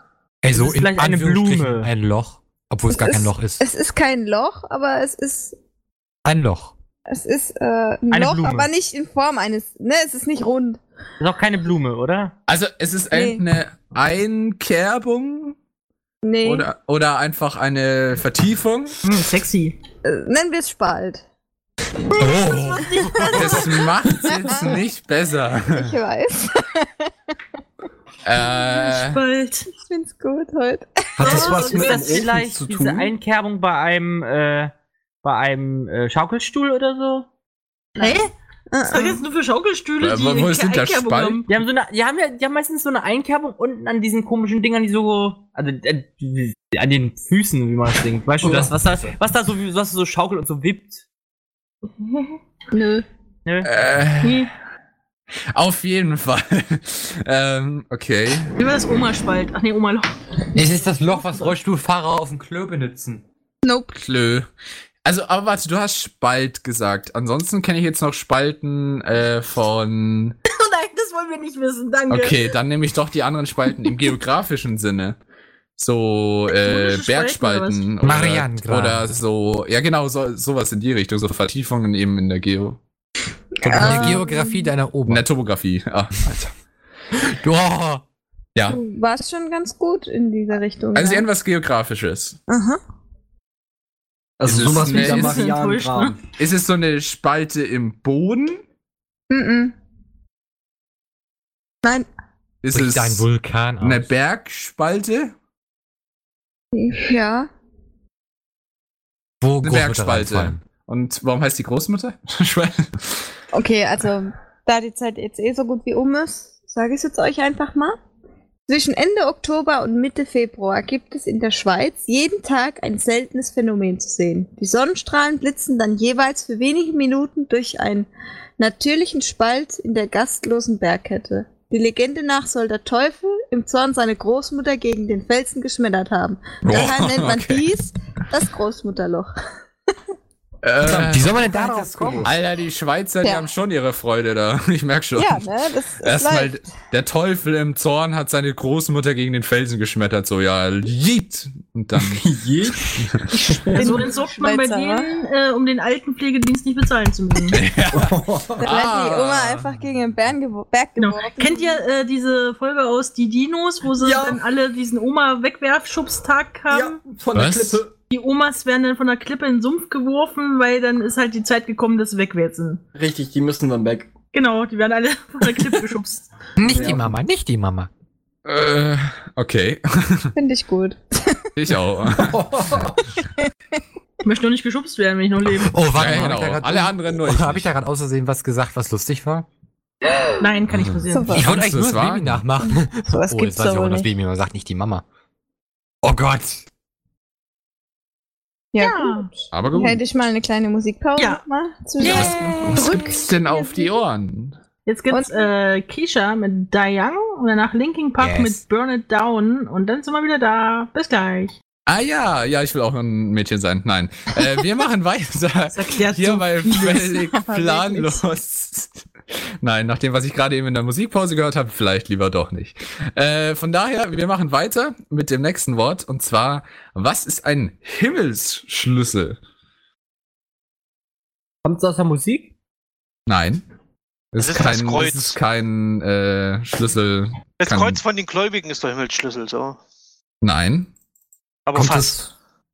S12: Also
S6: ist vielleicht eine
S12: Anführungsstrichen
S6: Blume.
S12: Ein Loch, obwohl es
S7: Es
S12: gar kein
S7: ist-
S12: Loch ist.
S7: Es ist kein Loch, aber es ist
S12: Ein Loch.
S7: es ist äh, ein
S6: Eine
S7: Loch,
S6: Blume.
S7: aber nicht in Form eines. Ne, es ist nicht rund.
S6: Ist auch keine Blume, oder?
S9: Also es ist
S7: Nee.
S9: eine Einkerbung
S7: Nee.
S9: oder, oder einfach eine Vertiefung
S4: Hm, sexy.
S7: Äh, nennen wir es Spalt.
S12: Oh.
S9: Das macht jetzt nicht
S7: Ich
S9: besser.
S7: weiß.
S9: äh,
S4: Bald.
S7: Ich find's gut heute.
S3: Hat das was
S6: Äh, ist
S3: mit
S6: das
S3: dem Ofen
S6: vielleicht
S3: zu
S6: diese
S3: tun?
S6: Einkerbung bei einem, äh, bei einem äh, Schaukelstuhl oder so?
S4: Hä?
S7: Ah,
S4: Was
S7: ah.
S4: ist jetzt nur für Schaukelstühle,
S9: Äh,
S4: die
S9: wo- wo ist denn der
S4: Einkerbung
S9: Spalt?
S4: haben?
S6: Die haben, so eine, die, haben ja, die haben meistens so eine Einkerbung unten an diesen komischen Dingern, die so. Also, äh, an den Füßen, wie man das denkt. Weißt du,
S12: Oh.
S6: das, was da, was da so, was so schaukelt und so wippt.
S7: Nö.
S9: äh,
S4: Nee,
S9: auf jeden Fall. ähm, okay.
S4: wie war das Oma-Spalt? Ach nee, Oma-Loch.
S12: Es ist das Loch, was Rollstuhlfahrer auf dem Klo benutzen.
S7: Nope.
S9: Klö. Also, aber warte, du hast Spalt gesagt. Ansonsten kenne ich jetzt noch Spalten äh, von.
S4: Nein, das wollen wir nicht wissen, danke.
S9: Okay, dann nehme ich doch die anderen Spalten im geografischen Sinne. So, äh,
S4: Tektonische
S9: Bergspalten
S4: Spalten
S9: oder,
S12: Marianengraben.
S9: oder so, ja genau, so, sowas in die Richtung, so Vertiefungen eben in der Geo,
S12: Und
S7: Ähm.
S12: eine Geografie deiner
S9: in
S12: Ober.
S9: der Topografie. Ah, Alter.
S12: Oh.
S9: Ja.
S7: Du warst schon ganz gut in dieser Richtung.
S9: Also
S7: ja.
S9: irgendwas Geografisches.
S7: Aha.
S9: Es
S3: Also
S9: ist
S3: sowas wie
S9: eine-
S3: der
S9: ist es
S3: Marianengraben.
S9: Ist es so eine Spalte im Boden?
S7: Mm -mm. Nein.
S9: Ist
S12: Bricht
S9: es
S12: dein Vulkan aus.
S9: eine Bergspalte?
S7: Ja.
S12: Wo
S9: Eine
S12: Großmutter
S9: Bergspalte.
S12: reinfallen.
S9: Und warum heißt die Großmutter? Spalte?
S7: Okay, also da die Zeit jetzt eh so gut wie um ist, sage ich es jetzt euch einfach mal. Zwischen Ende Oktober und Mitte Februar gibt es in der Schweiz jeden Tag ein seltenes Phänomen zu sehen. Die Sonnenstrahlen blitzen dann jeweils für wenige Minuten durch einen natürlichen Spalt in der gastlosen Bergkette. Die Legende nach soll der Teufel im Zorn seine Großmutter gegen den Felsen geschmettert haben. Daher
S9: Boah,
S7: nennt man
S9: Oh, okay.
S7: dies das Großmutterloch.
S9: Äh,
S12: Wie soll man denn
S3: Hat
S12: darauf
S3: das gewusst?
S12: kommen?
S9: Alter, die Schweizer, die
S7: Ja.
S9: haben schon ihre Freude da. Ich merk schon.
S7: Ja, ne? Das ist
S9: Erstmal,
S7: live.
S9: der Teufel im Zorn hat seine Großmutter gegen den Felsen geschmettert, so, ja, jeet! Und dann, jeet?
S4: Ja, so entsorgt man bei
S7: Schweizer, ne?
S4: denen, äh, um den alten Pflegedienst nicht bezahlen zu müssen.
S7: Dann hat die
S9: Ah.
S7: Oma einfach gegen den Bären gewo Berg
S4: Genau.
S7: geworfen.
S4: Kennt ihr äh, diese Folge aus Die Dinos, wo sie
S3: Ja.
S4: dann alle diesen Oma-Wegwerfschubstag haben?
S3: Ja, von der
S9: Was?
S3: Klippe.
S4: Die Omas werden dann von der Klippe in den Sumpf geworfen, weil dann ist halt die Zeit gekommen, dass sie wegwärts sind.
S3: Richtig, die müssen dann weg.
S4: Genau, die werden alle von der Klippe geschubst.
S12: Nicht die Mama, nicht die Mama.
S9: äh, okay.
S7: Finde ich gut.
S9: Ich
S12: Oh,
S9: auch.
S4: Ich möchte nur nicht geschubst werden, wenn ich noch lebe.
S12: Oh, warte
S9: ja, genau.
S12: mal. hab ich da grad-
S9: Alle anderen nur.
S12: Habe ich da gerade aus Versehen was gesagt, was lustig war?
S4: Nein, kann nicht passieren.
S7: Super.
S12: Ich wollte eigentlich
S9: du
S12: nur
S9: es
S12: das Baby
S9: wagen?
S12: nachmachen.
S7: Sowas
S12: oh,
S7: gibt's
S12: jetzt weiß
S7: doch
S12: ich
S7: wohl
S12: auch, das
S7: nicht.
S12: Baby man sagt nicht die Mama. Oh Gott.
S7: Ja,
S4: Ja.
S7: gut.
S9: Aber gut.
S7: Hätte ich mal eine kleine Musikpause
S4: Ja.
S7: noch mal zwischen
S9: Was, was
S7: Drück.
S9: gibt's denn auf die Ohren?
S4: Jetzt gibt's
S7: Und-
S4: äh, Keisha mit Die Young und danach Linkin Park
S12: Yes.
S4: mit Burn It Down und dann sind wir wieder da. Bis gleich.
S9: Ah ja, ja, ich will auch ein Mädchen sein. Nein. Äh, wir machen weiter.
S4: Das erklärt
S9: Hier
S4: so
S9: bei völlig
S7: Aber
S9: planlos. Nein, nach dem, was ich gerade eben in der Musikpause gehört habe, vielleicht lieber doch nicht. Äh, von daher, wir machen weiter mit dem nächsten Wort und zwar, was ist ein Himmelsschlüssel?
S6: Kommt's aus der Musik?
S9: Nein. Das
S10: Das
S9: ist
S10: ist das
S9: kein,
S10: Kreuz.
S9: das ist kein äh, Schlüssel.
S10: Das
S9: Kann-
S10: Kreuz von den Gläubigen ist der Himmelsschlüssel, so.
S9: Nein.
S10: Aber
S3: Kommt
S10: fast.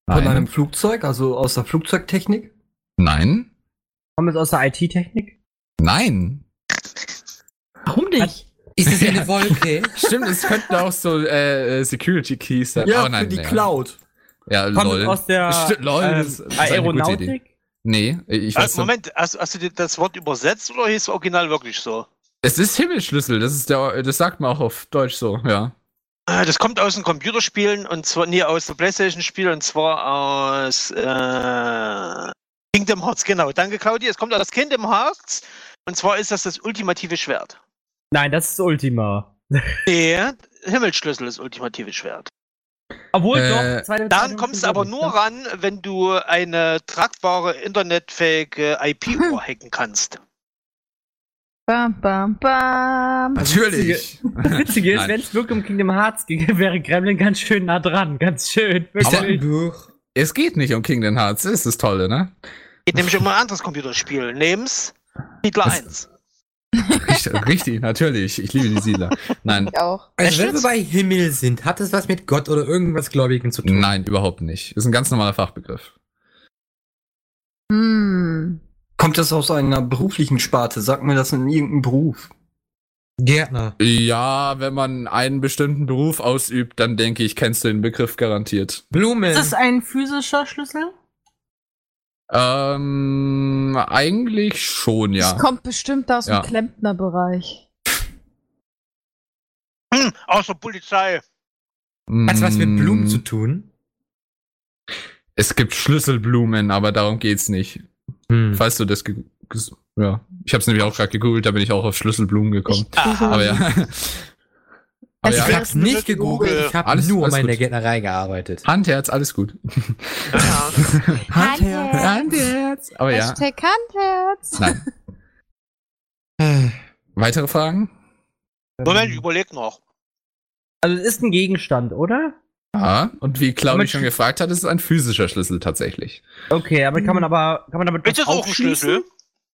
S3: das von einem
S9: Nein.
S3: Flugzeug, also aus der Flugzeugtechnik?
S9: Nein.
S6: Kommt es aus der IT-Technik?
S9: Nein.
S4: Warum nicht?
S12: Ist es eine Wolke?
S9: Stimmt, es könnten auch so äh, Security Keys sein.
S1: Ja,
S9: oh, nein,
S1: für die
S9: nee.
S1: Cloud.
S9: Ja,
S6: Kommt
S9: lol.
S6: aus der,
S9: Stimmt, lol,
S6: ähm,
S9: das, das ist eine gute
S6: Aeronautik?
S9: Idee. Nee, ich weiß
S10: Also,
S9: nicht.
S10: Moment, hast, hast du dir das Wort übersetzt oder hieß es original wirklich so?
S9: Es ist Himmelsschlüssel, das ist der, das sagt man auch auf Deutsch so, ja.
S10: Äh, Das kommt aus den Computerspielen und zwar nie aus dem PlayStation-Spiel und zwar aus äh, Kingdom Hearts. Genau, danke Claudia. Es kommt aus Kingdom Hearts und zwar ist das das ultimative Schwert.
S6: Nein, das ist Ultima.
S10: Der Himmelsschlüssel ist ultimative Schwert.
S6: Obwohl
S9: Äh,
S6: doch, zweite-
S10: Dann
S6: zweite-
S10: kommst du
S6: zweite-
S10: aber
S6: ne?
S10: nur ran, wenn du eine tragbare, internetfähige IP-Uhr hacken kannst.
S7: Bam, bam, bam.
S9: Natürlich.
S6: Das Witzige ist,
S9: Nein.
S6: wenn es wirklich um Kingdom Hearts ginge, wäre Gremlin ganz schön nah dran. Ganz schön. Wirklich.
S12: Buch.
S9: Es geht nicht um Kingdom Hearts, das ist das Tolle, ne?
S10: Geht nämlich um ein anderes Computerspiel. Nehm's Siedler
S9: Was?
S10: 1.
S9: Richtig, richtig natürlich. Ich liebe die Siedler. Nein,
S7: Ich auch.
S12: Also wenn wir bei Himmel sind, hat es was mit Gott oder irgendwas Gläubigen zu tun?
S9: nein, überhaupt nicht. Ist ein ganz normaler Fachbegriff.
S7: Hm.
S3: Kommt das aus einer beruflichen Sparte? Sagt mir das in irgendeinem Beruf?
S12: Gärtner.
S9: Ja, wenn man einen bestimmten Beruf ausübt, dann denke ich, kennst du den Begriff garantiert.
S12: Blumen.
S4: Ist das ein physischer Schlüssel?
S9: Ähm, eigentlich schon,
S7: Das
S9: ja.
S7: kommt bestimmt aus
S9: Ja.
S7: dem Klempnerbereich.
S10: Hm, außer Polizei.
S12: Hat es was mit Blumen zu
S9: Mm,
S12: tun?
S9: Es gibt Schlüsselblumen, aber darum geht's nicht.
S12: Hm.
S9: Falls du das. ge- ges- Ja. Ich hab's nämlich auch gerade gegoogelt, da bin ich auch auf Schlüsselblumen gekommen. Ah, Aber
S7: Hm.
S9: ja. Aber
S12: Ich
S9: ja.
S12: hab's nicht gegoogelt, ich habe
S9: Alles-
S12: nur
S9: alles
S12: mal in der
S9: gut.
S12: Gärtnerei gearbeitet.
S9: Handherz, alles gut.
S10: Ja.
S7: Handherz.
S9: Handherz. Aber ja.
S7: Hashtag Handherz.
S9: Nein. Äh, Weitere Fragen?
S10: Moment, ich überleg noch.
S6: Also es ist ein Gegenstand, oder?
S9: Ja. Und wie Claudia
S6: Moment.
S9: schon gefragt hat, ist es ein physischer Schlüssel tatsächlich.
S6: Okay, aber kann man aber kann man damit
S10: Ist
S6: was
S10: das auch ein
S6: aufschließen?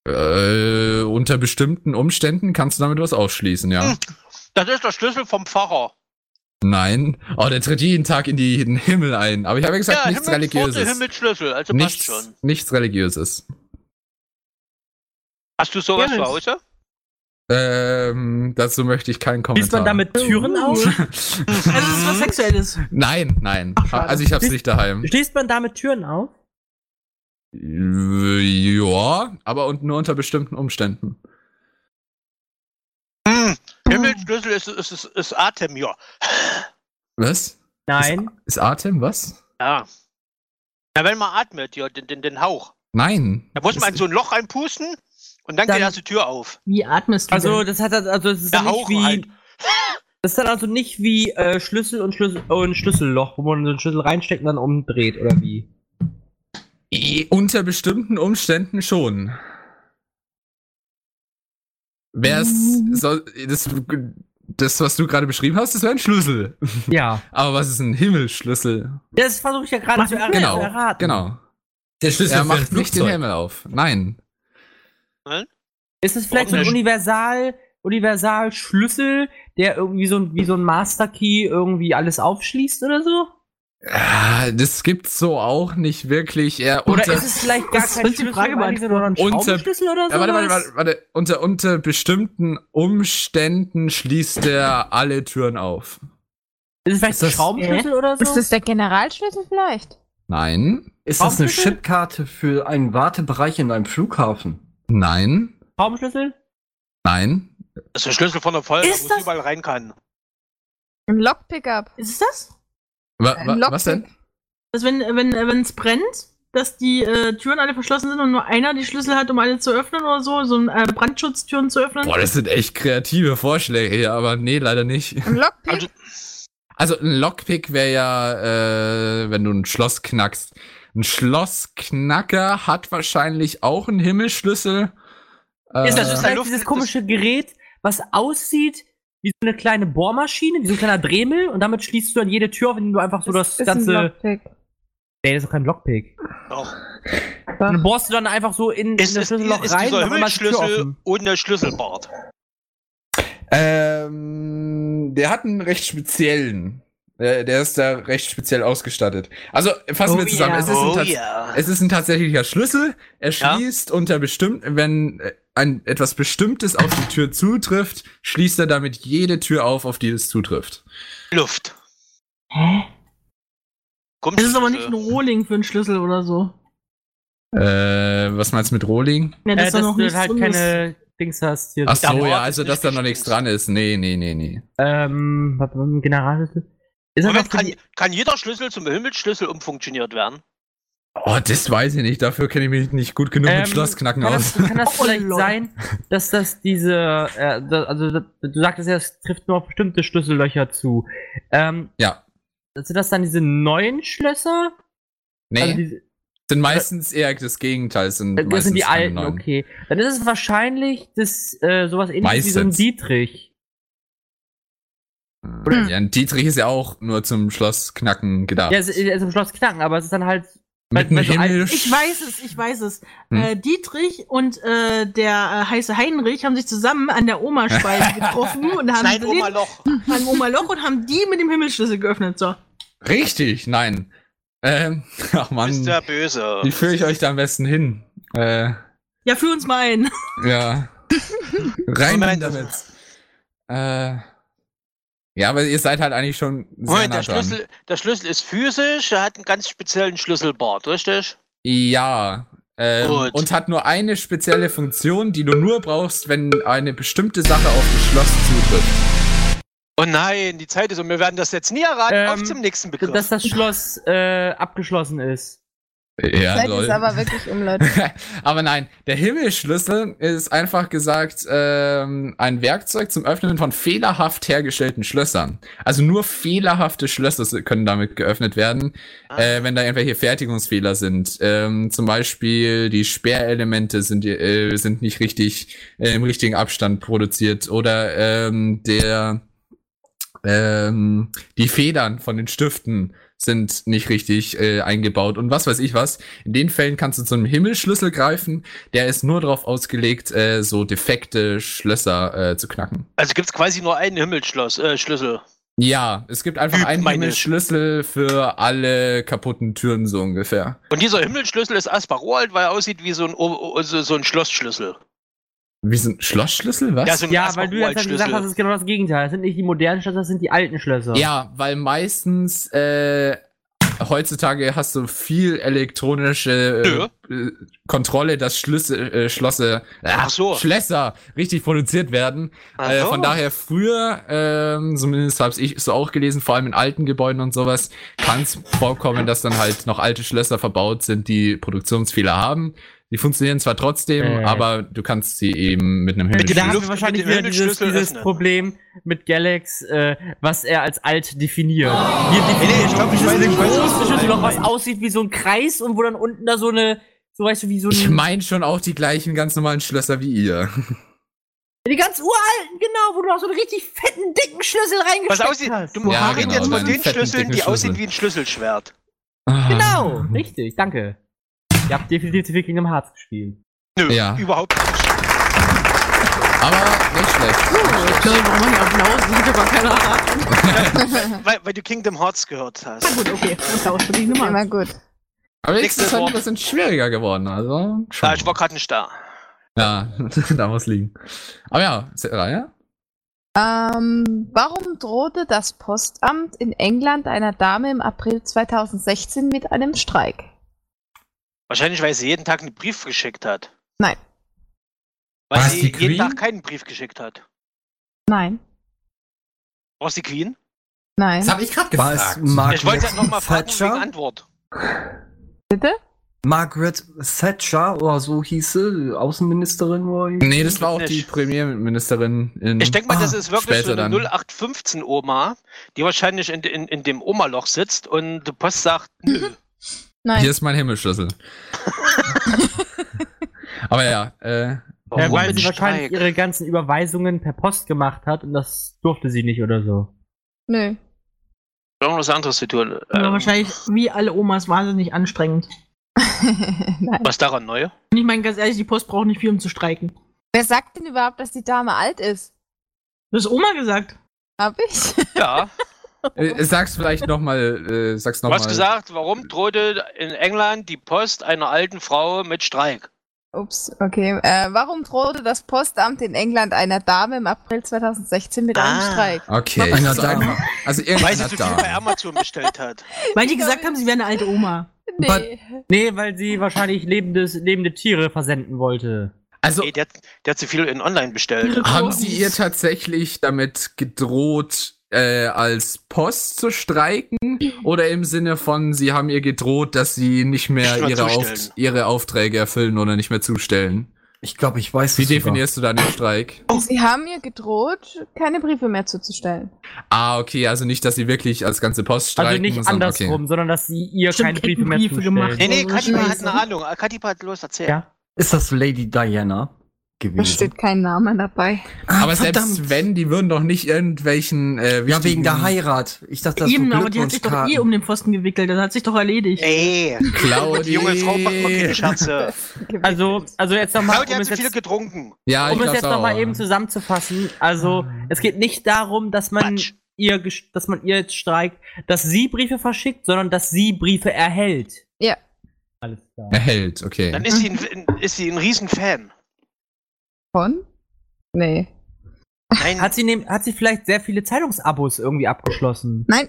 S10: Schlüssel?
S9: Äh, unter bestimmten Umständen kannst du damit was aufschließen, ja.
S10: Hm. Das ist der Schlüssel vom Pfarrer.
S9: Nein. Oh, der tritt jeden Tag in, die, in den Himmel ein. Aber ich habe ja gesagt, nichts
S10: Himmelsworte,
S9: Religiöses.
S10: Himmelsschlüssel, also passt
S9: Nichts,
S10: schon.
S9: nichts Religiöses.
S10: Hast du sowas zu Hause?
S9: Ähm, dazu möchte ich keinen Kommentar.
S6: Schließt man damit Türen auf?
S4: Also es ist was Sexuelles.
S9: Nein, nein. also ich hab's nicht daheim.
S6: Schließt man damit Türen auf?
S9: Ja, aber und nur unter bestimmten Umständen.
S10: Hm, Himmelsschlüssel ist, ist, ist, ist Atem, ja.
S9: Was?
S6: Nein.
S9: Ist Atem was?
S10: Ja. Na, wenn man atmet, ja, den, den, den Hauch.
S9: Nein.
S10: Da muss man in
S9: Ist-
S10: so ein Loch reinpusten und dann,
S4: Dann-
S10: geht erst die Tür auf.
S4: Wie atmest du
S6: Also
S4: denn?
S6: das hat also das ist
S10: Der
S6: dann nicht
S10: Hauch
S6: wie
S10: halt.
S6: das ist dann also nicht wie äh, Schlüssel und Schlüssel und Schlüsselloch, wo man so einen Schlüssel reinsteckt und dann umdreht oder wie?
S9: Eh, unter bestimmten Umständen schon. Wär's. So, das, das, was du gerade beschrieben hast, das wäre ein Schlüssel.
S6: Ja.
S9: Aber was ist ein Himmelsschlüssel?
S6: Das versuche ich ja gerade zu erra-
S9: Genau,
S6: zu erraten.
S9: Genau.
S12: Der Schlüssel
S9: Er
S12: für
S9: macht
S12: ein
S9: nicht den
S12: Flugzeug.
S9: Himmel auf. Nein.
S6: Ist es vielleicht so ein
S10: Ordentlich.
S6: Universal, Universal Schlüssel, der irgendwie so ein, wie so ein Master Key irgendwie alles aufschließt oder so?
S9: Ah, Das gibt's so auch nicht wirklich. Er
S6: Oder
S9: unter,
S6: ist es vielleicht gar
S4: Das
S6: kein
S4: ist die
S6: Schlüssel,
S4: Frage,
S6: weil die sind nur noch ein
S9: Unter-
S6: Schraubenschlüssel oder so?
S9: Ja, warte, warte, warte, warte. Unter, unter bestimmten Umständen schließt er alle Türen auf.
S6: Ist es vielleicht
S9: Ist
S6: ein
S9: das-
S6: Schraubenschlüssel oder
S4: Äh?
S6: so?
S7: Ist das der Generalschlüssel vielleicht?
S9: Nein.
S3: Ist das eine
S6: Aufschlüssel?
S3: Chipkarte für einen Wartebereich in einem Flughafen?
S9: Nein.
S6: Schraubenschlüssel?
S9: Nein.
S10: Das ist der Schlüssel von der Feuerwehr,
S4: Ist
S10: wo
S4: das-
S10: sie überall rein kann.
S7: Ein Lockpickup.
S4: Ist es das?
S9: Wa
S7: Ein
S9: wa
S7: Lockpick.
S9: was denn?
S4: Dass wenn wenn wenn es brennt, dass die äh, Türen alle verschlossen sind und nur einer die Schlüssel hat, um alle zu öffnen oder so, so ein äh, Brandschutztüren zu öffnen.
S9: Boah, das sind echt kreative Vorschläge, hier, aber nee, leider nicht.
S7: Ein Lockpick.
S10: Also-
S9: Also ein Lockpick wäre ja, äh, wenn du ein Schloss knackst. Ein Schlossknacker hat wahrscheinlich auch einen Himmelsschlüssel.
S6: Ist das
S10: Äh,
S6: vielleicht
S10: Luft-
S6: dieses komische Gerät, was aussieht wie so eine kleine Bohrmaschine, wie so ein kleiner Dremel und damit schließt du dann jede Tür auf, indem du einfach so das,
S7: ist ein
S6: ganze.
S7: Lockpick.
S6: Nee, das ist doch kein Lockpick.
S10: Doch.
S6: Und dann bohrst du dann einfach so in, in
S10: Ist,
S6: das
S10: ist, ist,
S6: Schlüsselloch
S10: ist
S6: rein
S10: dieser
S6: und dann ist die Tür
S10: Himmelsschlüssel
S6: offen.
S10: ohne Schlüsselbart.
S9: Ähm, der hat einen recht speziellen. Der, der ist da recht speziell ausgestattet. Also fassen
S6: Oh
S9: wir zusammen.
S6: ja.
S9: Es, ist ein tats-
S10: ja.
S9: es ist ein tatsächlicher Schlüssel. Er
S10: Ja.
S9: schließt unter bestimmten, wenn äh, ein, etwas Bestimmtes auf die Tür zutrifft, schließt er damit jede Tür auf, auf die es zutrifft.
S10: Luft.
S4: Hä?
S10: Kommt
S4: Es ist aber
S10: Schlüssel.
S4: nicht ein Rohling für einen Schlüssel oder so.
S9: Äh, was meinst du mit Rohling?
S4: Ja, das
S6: äh,
S4: ist doch
S6: dass
S4: noch
S6: du
S4: nichts
S6: halt
S4: drin ist.
S6: keine Dings hast hier.
S9: Ach so,
S10: Mord
S9: ja, also
S10: ist
S9: dass da noch
S10: bestimmt.
S9: nichts dran ist. Nee, nee, nee, nee.
S6: Ähm, was war mit dem Generalschlüssel? Ist das
S10: Moment,
S6: noch für
S10: kann,
S6: die,
S10: kann jeder Schlüssel zum Himmelsschlüssel umfunktioniert werden?
S9: Oh, das weiß ich nicht. Dafür kenne ich mich nicht gut genug
S6: Ähm,
S9: mit Schlossknacken
S6: kann
S9: aus.
S6: das, kann das
S4: Oh,
S6: vielleicht
S4: Lord.
S6: sein, dass das diese, äh, da- also da- du sagtest ja, es trifft nur auf bestimmte Schlüssellöcher zu. Ähm,
S9: Ja.
S6: Sind das dann diese neuen Schlösser?
S9: Nee,
S6: Also diese,
S9: sind meistens eher das Gegenteil. es Sind
S6: das
S9: meistens
S6: sind die
S9: keine
S6: alten,
S9: neuen.
S6: okay. Dann ist es wahrscheinlich das, äh, sowas ähnliches wie so ein
S9: Meistens.
S6: Dietrich.
S9: Ja, ein Dietrich ist ja auch nur zum Schlossknacken gedacht.
S6: Ja, es ist, es ist im Schloss Knacken, aber es ist dann halt.
S9: mit einem
S6: weil so
S9: Himmel.
S4: also, Ich weiß es, ich weiß es.
S9: Hm.
S4: Äh, Dietrich und äh, der äh, heiße Heinrich haben sich zusammen an der Oma-Speise getroffen und haben
S10: Nein, Oma
S4: den
S10: Loch.
S4: beim Oma-Loch und haben die mit dem Himmelsschlüssel geöffnet. So.
S9: Richtig, nein. Ähm, ach
S10: Bist du ja
S9: man,
S10: böse.
S9: wie führe ich euch da am besten hin? Äh,
S4: Ja, führ uns mal ein.
S9: ja. Rein
S10: Moment.
S9: damit. Äh, ja, aber ihr seid halt eigentlich schon sehr
S10: Moment,
S9: nah
S10: der
S9: dran.
S10: Schlüssel, der Schlüssel ist physisch, er hat einen ganz speziellen Schlüsselbart, richtig?
S9: Ja. Ähm,
S10: Gut.
S9: und hat nur eine spezielle Funktion, die du nur brauchst, wenn eine bestimmte Sache auf das Schloss zutrifft.
S10: Oh nein, die Zeit ist um. Wir werden das jetzt nie erraten. Auf
S6: Ähm,
S10: zum nächsten Begriff.
S6: dass das Schloss äh, abgeschlossen ist.
S9: Ja,
S7: Seid ist aber wirklich um, Leute.
S9: Aber nein, der Himmelschlüssel ist einfach gesagt ähm, ein Werkzeug zum Öffnen von fehlerhaft hergestellten Schlössern. Also nur fehlerhafte Schlösser können damit geöffnet werden,
S10: Ah.
S9: äh, wenn da irgendwelche Fertigungsfehler sind. Ähm, zum Beispiel die Sperrelemente sind, äh, sind nicht richtig äh, im richtigen Abstand produziert oder ähm, der ähm, die Federn von den Stiften sind nicht richtig äh, eingebaut und was weiß ich was. In den Fällen kannst du zu einem Himmelschlüssel greifen. Der ist nur darauf ausgelegt, äh, so defekte Schlösser äh, zu knacken.
S10: also gibt es quasi nur einen Himmelsschloss, äh, Schlüssel.
S9: Ja, es gibt einfach
S10: Üb
S9: einen
S10: meine-
S9: Himmelschlüssel für alle kaputten Türen so ungefähr.
S10: Und dieser Himmelsschlüssel ist Asparold, weil er aussieht wie so ein, O- O- so, so ein Schlossschlüssel.
S9: Wie so ein Schlossschlüssel, was?
S10: Ja, so ein
S6: Ja, weil du ja gerade gesagt hast,
S10: Asparold-Schlüssel.
S6: das ist genau das Gegenteil. Das sind nicht die modernen Schlösser, das sind die alten Schlösser.
S9: Ja, weil meistens äh, heutzutage hast du viel elektronische äh, äh, Kontrolle, dass Schlüssel, äh, Schlosse,
S10: Ach so.
S9: Schlösser richtig produziert werden.
S10: Ach
S9: Äh,
S10: so.
S9: von daher früher, ähm, zumindest habe ich so auch gelesen, vor allem in alten Gebäuden und sowas, kann es vorkommen, dass dann halt noch alte Schlösser verbaut sind, die Produktionsfehler haben. Die funktionieren zwar trotzdem,
S6: Äh.
S9: aber du kannst sie eben mit einem
S10: Mit
S6: Da
S10: Die
S9: Himmel.
S6: haben
S10: Luft
S6: wir
S10: mit
S6: wahrscheinlich
S10: dem
S6: wieder dieses,
S10: Himmelsschlüssel
S6: dieses
S10: öffnen.
S6: Problem mit Galax, äh, was er als alt definiert. Wir
S10: Nee, nee, ich glaube, ich weiß
S6: definieren
S10: ich weiß, was
S6: große
S10: du
S6: Schlüssel, noch was
S10: meinst.
S6: aussieht wie so ein Kreis und wo dann unten da so eine, so weißt du, wie so ein.
S9: Ich meine schon auch die gleichen ganz normalen Schlösser wie ihr.
S6: die ganz uralten, genau, wo du noch so einen richtig fetten, dicken Schlüssel
S10: Was
S6: reingesteckt
S10: aussieht,
S6: hast.
S10: du wir
S9: Ja,
S10: reden
S9: genau,
S10: jetzt
S9: so
S10: von
S9: einen
S10: den
S9: fetten,
S10: Schlüsseln,
S9: dicken
S10: die aussehen
S9: Schlüssel.
S10: wie ein Schlüsselschwert.
S6: Genau, richtig, danke. Ihr habt definitiv zu viel Kingdom Hearts gespielt.
S10: Nö,
S9: Ja.
S10: überhaupt nicht.
S9: Aber nicht schlecht.
S4: Ich glaube, warum haben die Applaus? Das wird aber keiner erraten.
S10: Weil, weil du Kingdom Hearts gehört hast.
S4: Na gut, okay. Applaus für die Nummer.
S7: Immer gut.
S9: Aber jetzt
S10: Nächstes
S9: ist es halt
S10: Wort.
S9: ein bisschen schwieriger geworden. Also,
S10: Ja,
S9: schon.
S10: Ah, ich war gerade nicht da.
S9: ja da muss liegen. Aber ja, Sarah, ja?
S7: Ähm, warum drohte das Postamt in England einer Dame im April 2016 mit einem Streik?
S10: Wahrscheinlich, weil sie jeden Tag einen Brief geschickt hat.
S7: Nein.
S10: Weil
S9: Was,
S10: sie
S9: die
S10: jeden
S9: Queen?
S10: Tag keinen Brief geschickt hat.
S7: Nein,
S10: War es die Queen?
S7: nein.
S12: Das habe ich gerade
S3: War
S12: gefragt.
S3: es Margaret
S10: ich wollte ja nochmal fragen wegen
S3: Thatcher?
S10: Antwort.
S7: Bitte?
S3: Margaret Thatcher oder so hieß sie, Außenministerin war ich.
S9: Nee, das war auch die
S10: Nicht.
S9: Premierministerin in.
S10: Ich denke mal, das
S3: Ah,
S10: ist wirklich so
S9: später
S10: eine
S9: dann.
S10: 0815-Oma, die wahrscheinlich in, in, in dem Oma-Loch sitzt und die Post sagt, nö.
S7: Nein.
S9: Hier ist mein Himmelschlüssel. Aber ja, äh,
S6: Ja, weil
S10: ein
S6: sie wahrscheinlich
S10: Streik?
S6: ihre ganzen Überweisungen per Post gemacht hat und das durfte sie nicht oder so.
S7: Nö.
S10: Irgendwas anderes zu tun.
S4: Aber
S10: Ähm,
S4: wahrscheinlich, wie alle Omas, wahnsinnig anstrengend.
S7: nein.
S10: Ähm, was daran neu?
S4: Und ich meine, ganz ehrlich, die Post braucht nicht viel, um zu streiken.
S7: Wer sagt denn überhaupt, dass die Dame alt ist?
S4: Das ist Oma gesagt.
S7: Hab ich?
S10: Ja,
S9: äh, sag's vielleicht nochmal. Äh, sag's
S10: du
S9: nochmal.
S10: hast gesagt, warum drohte in England die Post einer alten Frau mit Streik?
S7: Ups, okay. Äh, warum drohte das Postamt in England einer Dame im April 2016 mit einem
S10: Ah.
S7: Streik?
S9: Okay.
S3: Einer
S9: Also,
S3: da.
S9: einfach- also
S10: Weil sie
S9: irgendeiner
S10: so viel bei
S9: da.
S10: Amazon bestellt hat.
S4: Weil die gesagt haben, sie wäre eine alte Oma.
S7: Nee.
S6: Nee, weil sie wahrscheinlich lebendes, lebende Tiere versenden wollte.
S9: Also
S10: Nee, der, hat- der hat zu viel in online bestellt.
S9: haben sie ihr tatsächlich damit gedroht, äh, als Post zu streiken? Oder im Sinne von, sie haben ihr gedroht, dass sie nicht mehr
S10: Nicht mehr
S9: ihre, Auft
S10: zustellen.
S9: ihre Aufträge erfüllen oder nicht mehr zustellen?
S3: Ich glaube, ich weiß
S9: Wie
S3: es sogar.
S9: definierst du da den Streik?
S7: Sie haben ihr gedroht, keine Briefe mehr zuzustellen.
S9: Ah, okay, also nicht, dass sie wirklich als ganze Post streiken.
S6: Also nicht
S9: sondern-
S6: andersrum, sondern dass sie ihr
S4: Stimmt,
S6: keine Briefe mehr
S4: Kettenbriefe
S6: zustellen.
S4: gemacht.
S10: Nee, nee,
S4: Oh,
S10: Katipa hat
S4: Scheiße.
S10: eine Ahnung. Katipa hat los erzählt.
S6: Ja.
S3: Ist das Lady Diana
S7: Da
S3: gewesen?
S7: steht kein Name dabei.
S3: Ah,
S9: Aber
S3: verdammt.
S9: selbst wenn, die würden doch nicht irgendwelchen
S3: Ja,
S9: äh,
S3: wegen
S9: wichtigen-
S3: der Heirat. Ich dachte, das
S4: Eben, aber die hat sich doch eh um den Pfosten gewickelt. Das hat sich doch erledigt.
S10: Ey, die
S9: Claudi.
S10: junge Frau macht mal keine Scherze.
S6: Also, also jetzt nochmal, um
S10: Claudia hat
S6: es
S10: zu viel
S6: jetzt,
S10: getrunken.
S9: Ja, Ah, ich
S6: um es
S9: glaube
S6: jetzt
S9: auch.
S6: nochmal eben zusammenzufassen. Also, es geht nicht darum, dass man
S10: Quatsch.
S6: ihr, ges- dass man ihr jetzt streikt, dass sie Briefe verschickt, sondern dass sie Briefe erhält.
S7: Ja.
S6: Alles klar.
S9: Erhält, okay.
S10: Dann ist sie ein, ist sie ein Riesenfan.
S7: Von? Nee.
S10: Nein,
S6: Hat sie, nehm, hat sie vielleicht sehr viele Zeitungsabos irgendwie abgeschlossen?
S7: Nein.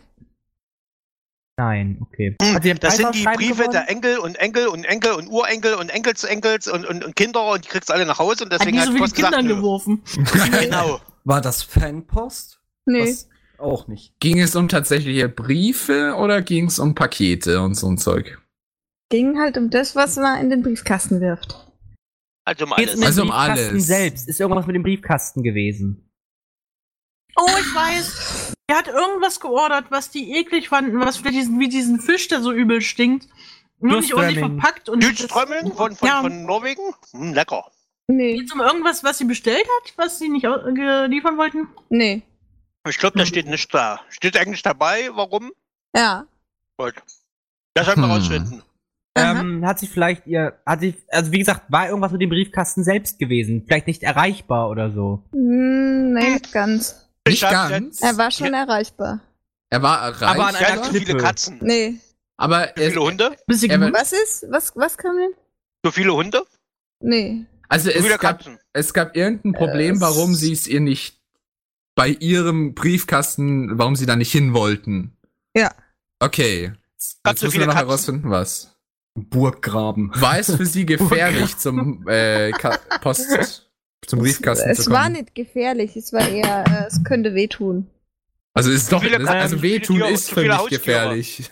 S6: Nein, okay.
S10: Hm,
S6: Hat sie
S10: das sind die
S6: Preisausschreiben
S10: Briefe
S6: gewonnen?
S10: der Enkel und Enkel und Enkel und Urenkel und Enkelsenkels und, und, und Kinder und die kriegst du alle nach Hause und
S4: Hat
S10: deswegen
S4: die so
S10: hat
S4: viele
S10: Post gesagt,
S4: Kinder
S10: nö.
S4: geworfen.
S10: Genau.
S3: War das Fanpost?
S7: Nee.
S3: Was? Auch nicht.
S9: Ging es um tatsächliche Briefe oder ging es um Pakete und so ein Zeug?
S7: Ging halt um das, was man in den Briefkasten wirft.
S10: Also um
S6: Geht's um den
S10: alles.
S9: Also um
S6: Briefkasten
S9: alles.
S6: selbst. Ist irgendwas mit dem Briefkasten gewesen?
S4: Oh, ich weiß. Er hat irgendwas geordert, was die eklig fanden, was für diesen, wie diesen Fisch, der so übel stinkt. Nur nicht ordentlich
S6: Nussströmming.
S4: verpackt und.
S10: Südströmmeln Also von, von,
S4: ja,
S10: von Norwegen? Hm, lecker.
S7: Nee.
S4: Geht's um irgendwas, was sie bestellt hat, was sie nicht au- ge- liefern wollten?
S7: Nee.
S10: Ich glaube,
S4: Hm.
S10: das steht nicht da. Steht eigentlich dabei, warum?
S7: Ja.
S10: Gut. Das sollten wir
S9: Hm.
S10: rausfinden.
S7: Aha.
S6: Ähm, hat sie vielleicht ihr, hat sie, also wie gesagt, war irgendwas mit dem Briefkasten selbst gewesen? Vielleicht nicht erreichbar oder so.
S7: Hm, nee, nicht ganz.
S9: Nicht
S10: Ich hab-
S9: ganz.
S7: Er war schon erreichbar.
S9: Er war erreicht.
S6: Aber
S9: Aber,
S6: an
S10: Ja,
S6: einer
S10: zu viele
S6: Klippe.
S10: Katzen.
S7: Nee.
S10: Zu viele
S9: er,
S10: Hunde?
S4: Bisschen
S9: Er war-
S4: gemütlich.
S7: Was ist? Was, was kam denn?
S10: Zu viele Hunde?
S7: Nee.
S9: also
S10: Zu viele
S9: es gab,
S10: Katzen.
S9: es gab irgendein Problem,
S7: Äh,
S9: warum
S7: es-
S9: sie es ihr nicht bei ihrem Briefkasten, warum sie da nicht hin wollten.
S7: Ja.
S9: Okay.
S10: Gab
S9: Jetzt
S10: zu
S9: müssen
S10: viele
S9: wir noch
S10: Katzen.
S9: herausfinden, was.
S3: Burggraben.
S9: War es für
S7: Oh
S9: sie gefährlich zum äh, Ka Post, zum Um Briefkasten
S7: es
S9: zu
S7: es war
S9: kommen?
S7: nicht gefährlich, es war eher, äh, es könnte wehtun.
S9: Also ist doch,
S10: viele
S9: das-
S10: Katzen,
S9: also
S10: zu viele
S9: wehtun
S10: Tiere,
S9: ist
S10: zu
S9: für
S10: viele
S9: mich
S10: Haustiere.
S9: gefährlich.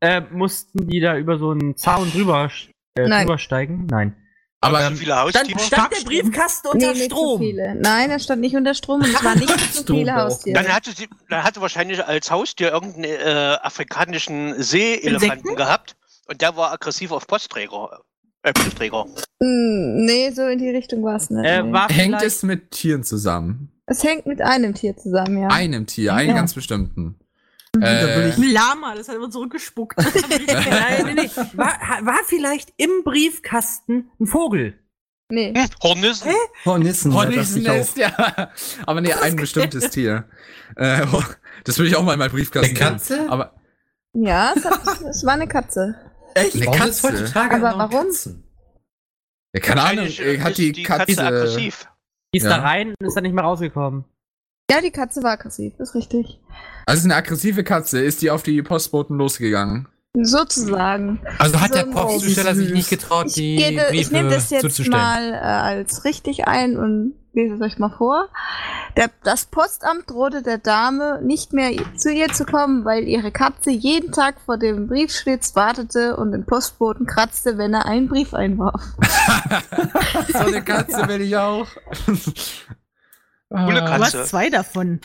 S6: Äh, mussten die da über so einen Zaun drüber, sch- äh,
S7: Nein.
S6: drübersteigen? Nein.
S9: Aber
S10: zu viele Haustiere?
S6: der Briefkasten
S7: nee, nicht so viele. Nein, er stand nicht unter Strom und es waren nicht so viele Haustiere.
S10: Dann hatte sie, dann hatte wahrscheinlich als Haustier irgendeinen äh, afrikanischen Seeelefanten
S4: Insekten?
S10: gehabt und der war aggressiv auf Postträger. Äh, Briefträger.
S7: Hm, nee, so in die Richtung war es nicht.
S6: Äh,
S7: nee.
S6: war
S9: hängt
S6: vielleicht,
S9: es mit Tieren zusammen?
S7: es hängt mit einem Tier zusammen, ja.
S9: Einem Tier, einem
S7: Ja.
S9: ganz bestimmten.
S3: da will
S9: Äh,
S3: ich-
S4: Ein Lama, das hat immer zurückgespuckt.
S6: nein, nein, nein, war, ha- war vielleicht im Briefkasten ein Vogel?
S7: Nee.
S10: Hm, Hornissen.
S3: Hornissen. hat das
S9: Hornissen
S3: sich auch.
S9: ist, ja. Aber nee, ein bestimmtes Tier. Äh, oh, das will ich auch mal in meinen Briefkasten.
S12: Eine
S9: tun.
S12: Katze?
S9: Aber
S7: Ja, es, hat, es war eine Katze.
S3: Echt?
S9: Eine
S12: Warum
S9: Katze?
S12: ist heutzutage
S7: Aber
S12: noch
S7: warum?
S12: Katzen?
S9: ja, keine Ahnung,
S10: Wahrscheinlich,
S9: äh,
S10: äh,
S9: hat
S10: ist
S9: die,
S10: Katze,
S9: Katze.
S10: aggressiv.
S6: Die ist
S9: Ja.
S6: da rein und ist dann nicht mehr rausgekommen.
S7: Ja, die Katze war aggressiv, ist richtig.
S9: Also eine aggressive Katze, ist die auf die Postboten losgegegangen?
S7: Sozusagen.
S12: Also hat
S7: So
S12: der
S7: ein
S12: Postzusteller sich nicht getraut,
S7: Ich,
S12: die
S7: gebe, ich nehme
S12: Briefe
S7: das jetzt
S12: zuzustellen.
S7: mal äh, als richtig ein und lese es euch mal vor. Der, das Postamt drohte der Dame, nicht mehr zu ihr zu kommen, weil ihre Katze jeden Tag vor dem Briefschlitz wartete und den Postboten kratzte, wenn er einen Brief einwarf.
S9: so eine Katze will ich auch.
S4: äh,
S10: Coole
S4: Du
S10: Katze.
S4: hast zwei davon.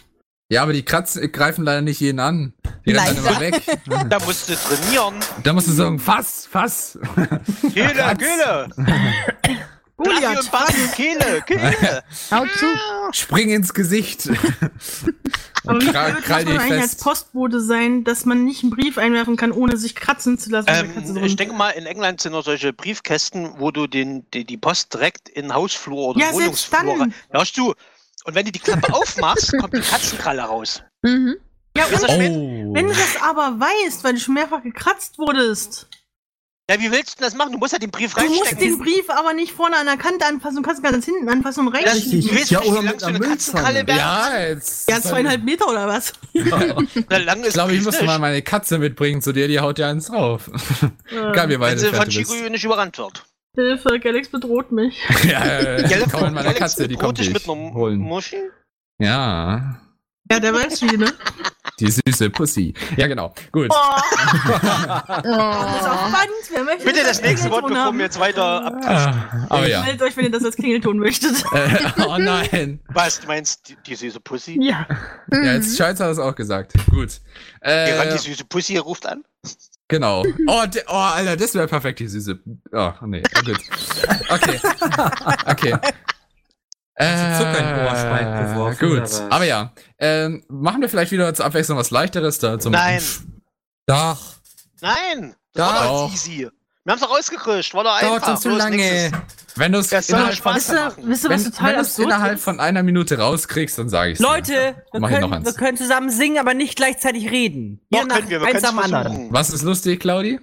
S9: Ja, aber die Katzen äh, greifen leider nicht jeden an. Die rennen
S7: Leider.
S9: immer weg.
S10: Da musst du trainieren.
S9: Da musst du sagen, fass, fass.
S10: Kehle,
S9: Katz.
S10: Kehle. Lass
S4: Goliath,
S10: und Bass, Kehle, Kehle.
S7: Hau zu!
S9: Spring ins Gesicht.
S4: Aber wie
S9: Krall-
S4: blöd
S9: krall
S4: muss man
S9: dich
S4: eigentlich als
S9: fest.
S4: Postbote sein, dass man nicht einen Brief einwerfen kann, ohne sich kratzen zu lassen? wenn der Katze
S10: Ähm,
S4: drin-
S10: ich denke mal, in England sind noch solche Briefkästen, wo du den, die, die Post direkt in Hausflur oder
S4: Ja, selbst
S10: Wohnungsflur
S4: dann.
S10: rein. Ja, hast du. Und wenn du die Klappe aufmachst, kommt die Katzenkralle raus.
S7: Mhm.
S4: ja, und
S9: Oh.
S10: Ist das spät?
S4: wenn du das aber weißt, weil du schon mehrfach gekratzt wurdest,
S10: Ja, wie willst du das machen? Du musst ja den Brief
S4: Du
S10: reinstecken.
S4: musst den Brief aber nicht vorne an der Kante anfassen, du kannst ganz hinten anfassen um und
S10: das,
S4: reinschieben.
S10: du weißt
S12: Ja,
S10: nicht,
S12: oder
S10: wie lang
S12: mit
S10: so
S12: einer
S10: eine Katzenkralle
S12: Müllzange.
S10: werden
S9: Ja, jetzt.
S4: Ja, zweieinhalb Meter oder was?
S10: kann. Lang
S9: Ich glaube, ich muss
S10: nicht.
S9: mal meine Katze mitbringen zu dir, die haut dir eins drauf. Egal, wir
S10: Wenn
S9: beide
S10: sie von
S9: fertig bist.
S10: Shiguyu nicht überrannt wird.
S4: Äh, Hilfe, Galax bedroht mich.
S9: Ja, ja, ja, ich komme mit meiner
S10: Galax
S9: Katze, die
S10: bedroht
S9: kommt
S10: dich
S9: dich
S10: mit einer
S9: holen.
S10: um Muschi?
S9: Ja,
S4: Ja, der weiß wie, ne?
S9: die süße Pussy. Ja, genau. Gut.
S4: Oh, das ist auch
S7: Oh.
S4: spannend. Wer möchte
S10: Bitte
S4: als
S10: das nächste Wort,
S4: Klingelton
S10: bevor
S4: haben?
S10: wir jetzt weiter ab.
S9: Ah, aber ja.
S4: Meldet euch, wenn ihr das als Klingelton möchtet.
S9: Äh, oh nein.
S10: Was, du meinst, die, die süße Pussy?
S4: Ja.
S9: Ja, jetzt Scholz hat es auch gesagt. Gut.
S10: Die ran,
S9: Äh,
S10: die süße Pussy ruft an.
S9: genau. Oh, de- oh, Alter, das wäre perfekt, die süße. Oh, nee. Oh, gut. Okay. Okay. Äh,
S3: Also Zucker in den Ohrspalt geworfen,
S9: Gut,
S3: oder was?
S9: aber ja. Ähm, machen wir vielleicht wieder zur Abwechslung was Leichteres da zum
S10: Nein,
S12: Doch.
S10: nein. Das
S9: Ja,
S10: war doch
S9: auch.
S10: jetzt easy. Wir haben's doch rausgekriegt. War doch
S12: Dauert
S10: einfach.
S12: uns zu
S10: bloß
S12: lange.
S10: nächstes.
S9: Wenn du es
S10: Das soll
S9: innerhalb,
S10: Spaß
S4: Wisst ihr,
S10: machen.
S4: wisst ihr, was
S9: wenn,
S4: total
S9: wenn du's
S4: absurd
S9: innerhalb
S4: ist?
S9: von einer Minute rauskriegst, dann sage ich
S6: Leute, wir
S9: Mach ich noch
S6: können,
S9: eins.
S6: wir können zusammen singen, aber nicht gleichzeitig reden.
S10: Doch,
S6: Hier nach
S10: können wir, wir
S6: eins
S10: können's
S6: am anderen.
S10: versuchen.
S9: Was ist lustig, Claudi?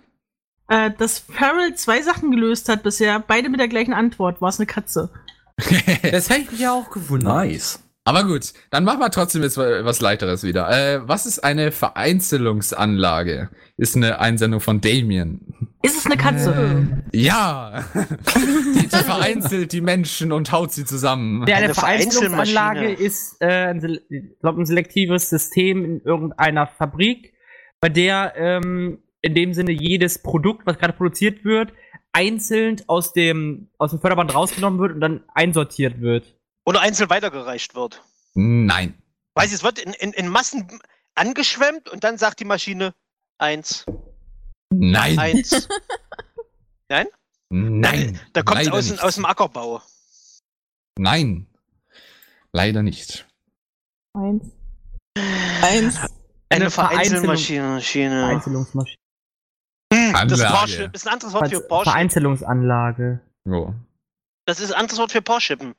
S4: Äh, dass Farrell zwei Sachen gelöst hat bisher, beide mit der gleichen Antwort. War es eine Katze?
S12: Das hätte ich mich ja auch gewundert.
S3: Nice.
S9: Aber gut, dann machen wir trotzdem jetzt wa- was Leichteres wieder. Äh, was ist eine Vereinzelungsanlage? Ist eine Einsendung von Damien.
S4: Ist es eine Katze?
S9: Ja! die, die vereinzelt die Menschen und haut sie zusammen.
S6: Ja, eine
S10: Eine
S6: Vereinzelungsanlage
S10: Vereinzelmaschine.
S6: ist, äh, ein sel- ich glaube, ein selektives System in irgendeiner Fabrik, bei der ähm, in dem Sinne jedes Produkt, was gerade produziert wird, einzeln aus dem, aus dem Förderband rausgenommen wird und dann einsortiert wird.
S10: Oder einzeln weitergereicht wird.
S9: Nein.
S10: Weiß ich, es wird in, in, in Massen angeschwemmt und dann sagt die Maschine eins,
S9: Nein.
S10: eins.
S9: Nein.
S10: äh, Da kommt
S9: Leider
S10: aus, dem-
S9: nicht.
S10: aus dem Ackerbau.
S9: Nein. Leider nicht.
S7: Eins.
S10: Äh.
S7: Eins.
S10: Eine,
S6: Eine
S10: Vereinzelmaschine. Maschine.
S6: Vereinzelungsmaschine.
S10: Hm, Das ist,
S9: Anlage.
S10: Porsche, ist ein anderes Wort für Porsche.
S6: Vereinzelungsanlage.
S9: Jo.
S10: Das ist ein anderes Wort für Porschippen.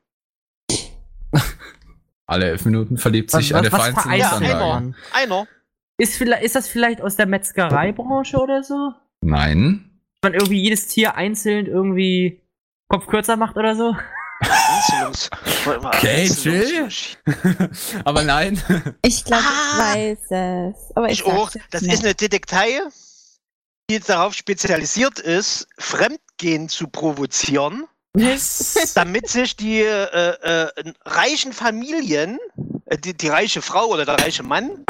S9: Alle elf Minuten verliebt sich eine
S10: vereinzelt
S9: Vereinzelungsanlage.
S10: man? Einer.
S6: Ist, vielleicht, ist das vielleicht aus der Metzgereibranche oder so?
S9: Nein.
S6: Wenn man irgendwie jedes Tier einzeln irgendwie Kopf kürzer macht oder so?
S10: Einzelungs.
S9: Okay, chill. Aber nein.
S7: Ich glaube,
S10: Ah.
S7: ich weiß es. Aber ich,
S10: Ich auch.
S7: sag's jetzt
S10: oh, Das
S7: nicht.
S10: ist eine Detektei, die jetzt darauf spezialisiert ist, Fremdgehen zu provozieren, damit sich die äh, äh, reichen Familien, äh, die, die reiche Frau oder der reiche Mann,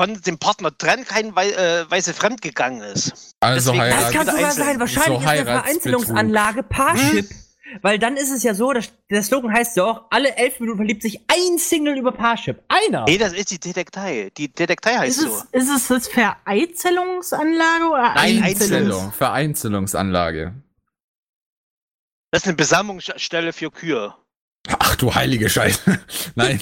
S10: von dem Partner trennen kann, weil, äh, weil sie fremdgegangen ist.
S9: Also
S10: Deswegen-
S9: Heirat.
S10: Das kann sogar sein.
S9: Wahrscheinlich ist eine Vereinzelungsanlage
S6: Parship. Hm? Weil dann ist es ja so, dass, der Slogan heißt ja auch, alle elf Minuten verliebt sich ein Single über Parship.
S9: Ah.
S6: Einer!
S10: Nee, das ist die Detektei. Die Detektei heißt
S4: Ist
S10: so.
S4: es, ist es das Vereizelungsanlage oder
S10: Also. Nein,
S9: Einzelung. Vereinzelungsanlage.
S10: Das ist eine Besammlungsstelle für Kühe.
S9: Ach du heilige Scheiße. Nein.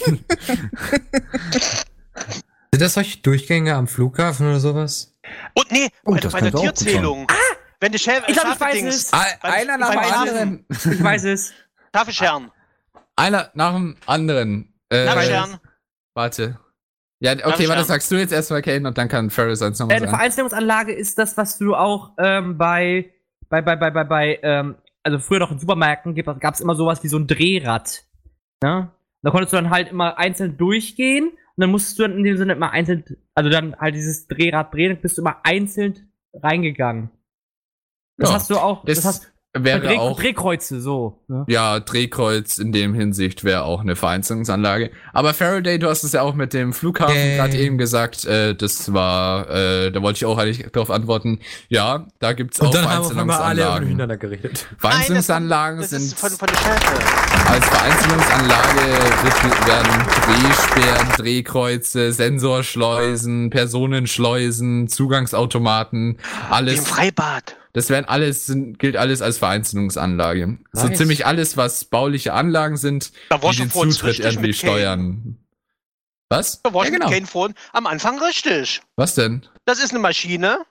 S12: Sind das solche Durchgänge am Flughafen oder sowas?
S10: Und nee,
S3: Oh,
S10: bei, der-
S3: das
S10: bei der
S3: könnte auch gut sein.
S10: Tierzählung. Ah! Wenn die Schäfer
S6: Ich glaub, ich weiß es.
S9: Einer nach dem
S10: beim
S9: anderen.
S6: Ich weiß es.
S10: Schafe scheren.
S9: Einer nach dem anderen. Äh,
S10: Schafe scheren.
S9: warte. Ja, okay,
S10: Darf ich
S9: warte,
S10: haben?
S9: sagst du jetzt erstmal Kane und dann kann Ferris eins nochmal
S6: Äh, eine
S9: sagen.
S6: Vereinzelungsanlage ist das, was du auch ähm, bei, bei, bei, bei, bei, bei, ähm, also früher noch in Supermärkten gab es immer sowas wie so ein Drehrad. Ne? Da konntest du dann halt immer einzeln durchgehen und dann musstest du dann in dem Sinne immer einzeln, also dann halt dieses Drehrad drehen, dann bist du immer einzeln reingegangen. Das
S9: Ja,
S6: hast du auch, das,
S9: Das
S6: hast bei
S9: wäre
S6: Dreh,
S9: auch.
S6: Drehkreuze, so. Ne?
S9: Ja, Drehkreuz in dem Hinsicht wäre auch eine Vereinzelungsanlage. Aber Faraday, du hast es ja auch mit dem Flughafen
S12: Yay.
S9: gerade eben gesagt. Äh, das war, äh, da wollte ich auch eigentlich darauf antworten. Ja, da gibt's auch Vereinzelungsanlagen.
S12: geredet.
S9: Vereinzelungsanlagen
S10: Das
S9: sind
S10: ist von, von der Schäfer.
S9: Als Vereinzelungsanlage wird- werden Drehsperren, Drehkreuze, Sensorschleusen, Personenschleusen, Zugangsautomaten,
S10: Die Im
S9: alles.
S10: Freibad.
S9: Das werden alles, sind, gilt alles als Vereinzelungsanlage. So
S12: Nice.
S9: ziemlich alles, was bauliche Anlagen sind,
S10: Da war
S9: die
S10: schon
S9: den
S10: vorhin
S9: Zutritt
S10: richtig
S9: irgendwie
S10: mit Kane.
S9: steuern. Was?
S10: Da war
S9: Ja,
S10: schon
S9: genau.
S10: Kane vorhin am Anfang richtig.
S9: Was denn?
S10: Das ist eine Maschine,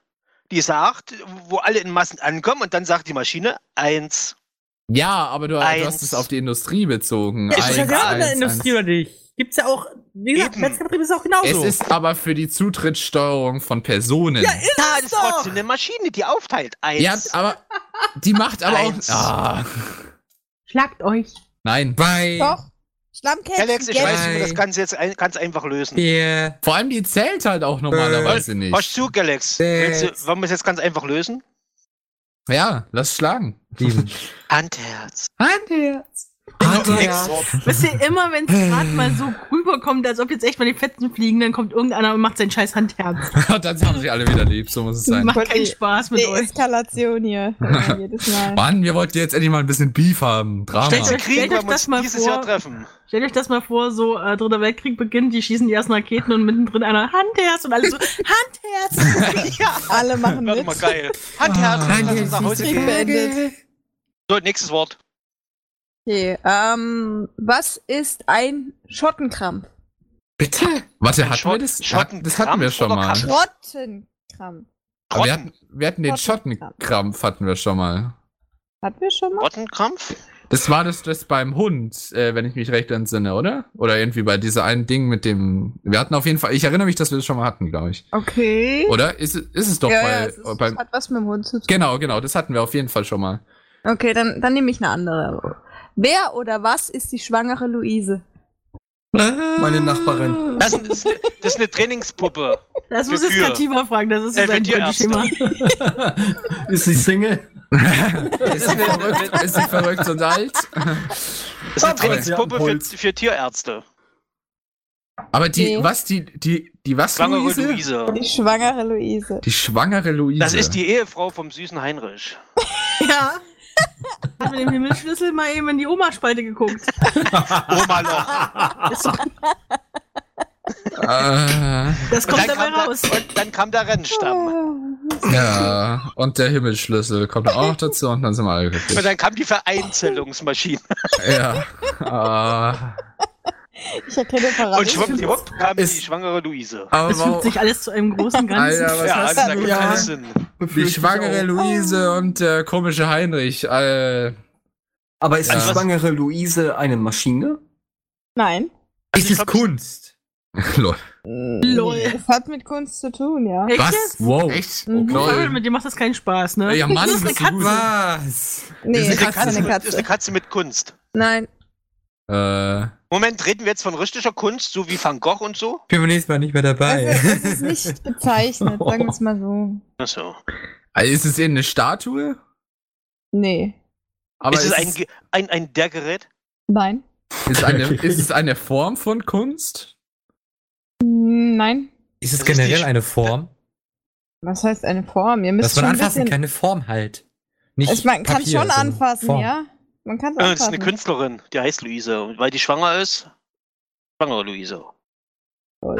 S10: die sagt, wo alle in Massen ankommen und dann sagt die Maschine eins.
S9: Ja, aber du, du
S10: Eins.
S9: hast es auf die Industrie bezogen.
S6: Ja, ist das
S9: Eins,
S6: ja auch in der
S9: eins,
S6: Industrie
S9: eins.
S6: oder nicht? Gibt's ja auch wie gesagt,
S10: Eben.
S6: Netzgetriebe ist auch genauso.
S9: Es ist aber für die Zutrittssteuerung von Personen. Ja,
S10: Na, Ah, das ist trotzdem eine Maschine, die aufteilt. Eins.
S9: aber die macht aber auch.
S10: Eins.
S9: Ah,
S4: Schlagt euch.
S9: nein.
S12: Bei
S7: Doch. Schlammkätzchen.
S10: Alex, ich
S7: gelb.
S10: weiß, wie wir das
S12: Nein.
S10: Ganze jetzt ein, ganz einfach lösen.
S12: der
S9: Vor allem die zählt halt auch normalerweise
S10: Äh, Hast
S9: nicht.
S10: du, Galax? Willst du, wollen wir es jetzt ganz einfach lösen?
S9: Ja, lass schlagen.
S10: Handherz.
S12: Handherz.
S4: Wisst ihr, immer wenn es gerade mal so rüberkommt, als ob jetzt echt mal die Fetzen fliegen, dann kommt irgendeiner und macht sein scheiß Handherz.
S9: Und dann haben sich alle wieder lieb, so muss es sein.
S4: Macht keinen Spaß mit euch.
S7: Deeskalation hier. Immer Jedes Mal.
S9: Mann, wir wollten jetzt endlich mal ein bisschen Beef haben.
S10: Stellt
S9: Drama.
S10: euch Krieg,
S4: Stellt euch
S10: wenn wir
S4: das
S10: uns
S4: mal
S10: dieses
S4: vor.
S10: Jahr treffen.
S4: Stellt euch das mal vor, so äh, Dritter Weltkrieg beginnt, die schießen die ersten Raketen und mittendrin einer Handherz und alle so Handherz.
S10: ja,
S7: Alle machen
S10: warte
S7: mit.
S10: mal, geil. Handherz,
S12: Ah,
S10: lass uns nach Hause
S7: Krieg
S10: gehen.
S7: beendet.
S10: So, nächstes Wort.
S7: Okay, ähm, was ist ein Schottenkrampf?
S9: Bitte? Warte, hatten wir
S10: Schott-
S9: das?
S10: Schotten-
S9: das hatten wir
S10: Krampf
S9: schon
S10: oder
S9: mal.
S10: Krampf?
S7: Schottenkrampf.
S9: Aber wir,
S10: Rotten,
S9: hatten, wir hatten den Schottenkrampf, hatten wir schon mal.
S7: Hatten wir schon mal?
S10: Rottenkrampf?
S9: Das war das, das beim Hund, äh, wenn ich mich recht entsinne, oder? Oder irgendwie bei dieser einen Ding mit dem. Wir hatten auf jeden Fall. Ich erinnere mich, dass wir das schon mal hatten, glaube ich.
S7: Okay.
S9: Oder? Oh, Ist, es- ist es doch
S7: ja,
S9: bei, oh,
S7: ja, es ist,
S9: beim.
S7: hat was mit dem Hund zu tun.
S9: Genau, genau, das hatten wir auf jeden Fall schon mal.
S7: Okay, dann, dann nehme ich eine andere. Wer oder was ist die schwangere Luise?
S12: meine Nachbarin.
S10: Das ist, das ist eine Trainingspuppe.
S4: Das muss jetzt
S10: Wofür?
S4: Kativa fragen, das ist so
S10: Äh,
S4: sein
S10: für Tierärzte.
S4: Thema.
S3: Ist sie Single?
S9: Ist sie verrückt, ist sie verrückt und alt?
S10: Das ist eine Trainingspuppe
S3: Ja,
S10: für,
S3: Puls.
S10: für Tierärzte.
S9: Aber die,
S7: Nee.
S9: was, die, die, die, was,
S10: Schwangere
S9: Luise?
S10: Luise.
S7: Die schwangere Luise.
S9: Die schwangere Luise.
S10: Das ist die Ehefrau vom süßen Heinrich.
S4: Ja. Hat mit dem Himmelsschlüssel mal eben in die Oma-Spalte geguckt.
S10: Oma-Loch.
S9: Äh,
S4: Das
S10: Und
S4: kommt dabei
S10: dann kam, der,
S4: raus.
S10: und dann kam der
S7: Ah.
S10: Rennstamm.
S9: ja, und der Himmelsschlüssel kommt auch noch dazu und dann sind wir alle
S10: Und
S9: glücklich.
S10: dann kam die Vereinzelungsmaschine.
S9: Ja. Äh,
S7: Ich erkenne verraten.
S10: Und schwuppdiwupp kam die
S9: Ist- Ah,
S10: schwangere Luise.
S9: aber
S4: Das fügt sich alles zu einem großen Ganzen.
S9: Oh. Alter, was
S10: ja,
S9: hast
S10: also da
S9: du
S10: gibt
S9: da?
S10: es Sinn.
S9: Die schwangere
S3: Luise.
S9: Luise und der komische Heinrich. Äh,
S3: Aber ist
S9: Ja.
S3: die schwangere Luise eine Maschine?
S7: Nein.
S10: Also ich
S9: ist es
S10: glaub-
S9: Kunst? Lol.
S4: Lol.
S7: Das hat mit Kunst zu tun, ja.
S4: Echt
S9: Was?
S4: jetzt?
S9: Wow. Echt? Oh,
S4: Lol.
S9: lol.
S4: Mit dir macht das keinen Spaß, ne?
S9: Ja, Mann,
S4: das ist eine
S9: bist du gut.
S4: Katze.
S12: Was?
S7: Nee,
S9: ist
S7: das
S9: eine
S7: ist keine
S10: Das ist eine
S7: Katze.
S10: Katze mit Kunst.
S7: Nein.
S9: Äh,
S10: Moment, reden wir jetzt von richtiger Kunst, so wie Van Gogh und so?
S12: Bin beim nächsten Mal nicht mehr
S7: Das
S12: dabei.
S7: ist, das ist nicht bezeichnet, sagen wir es mal so.
S10: Achso.
S9: also ist es eben eine Statue?
S7: Nee.
S9: Aber
S10: ist es ein, Ge- ein, ein der Gerät?
S7: Nein.
S9: Ist eine, ist es eine Form von Kunst?
S7: Hm, Nein.
S12: Ist es
S10: Das ist
S12: generell
S10: die-
S12: eine Form?
S7: Was heißt eine Form? Ihr müsst
S12: Dass man
S7: schon ein
S12: anfassen
S7: bisschen,
S12: kann, eine Form halt. Nicht
S7: Also man kann
S12: Papier,
S7: schon
S12: sondern
S7: anfassen,
S12: Form.
S7: ja. Man kann es
S10: Äh,
S7: anfassen.
S10: das ist eine Künstlerin, die heißt Luise. Und weil die schwanger ist, schwangere Luise.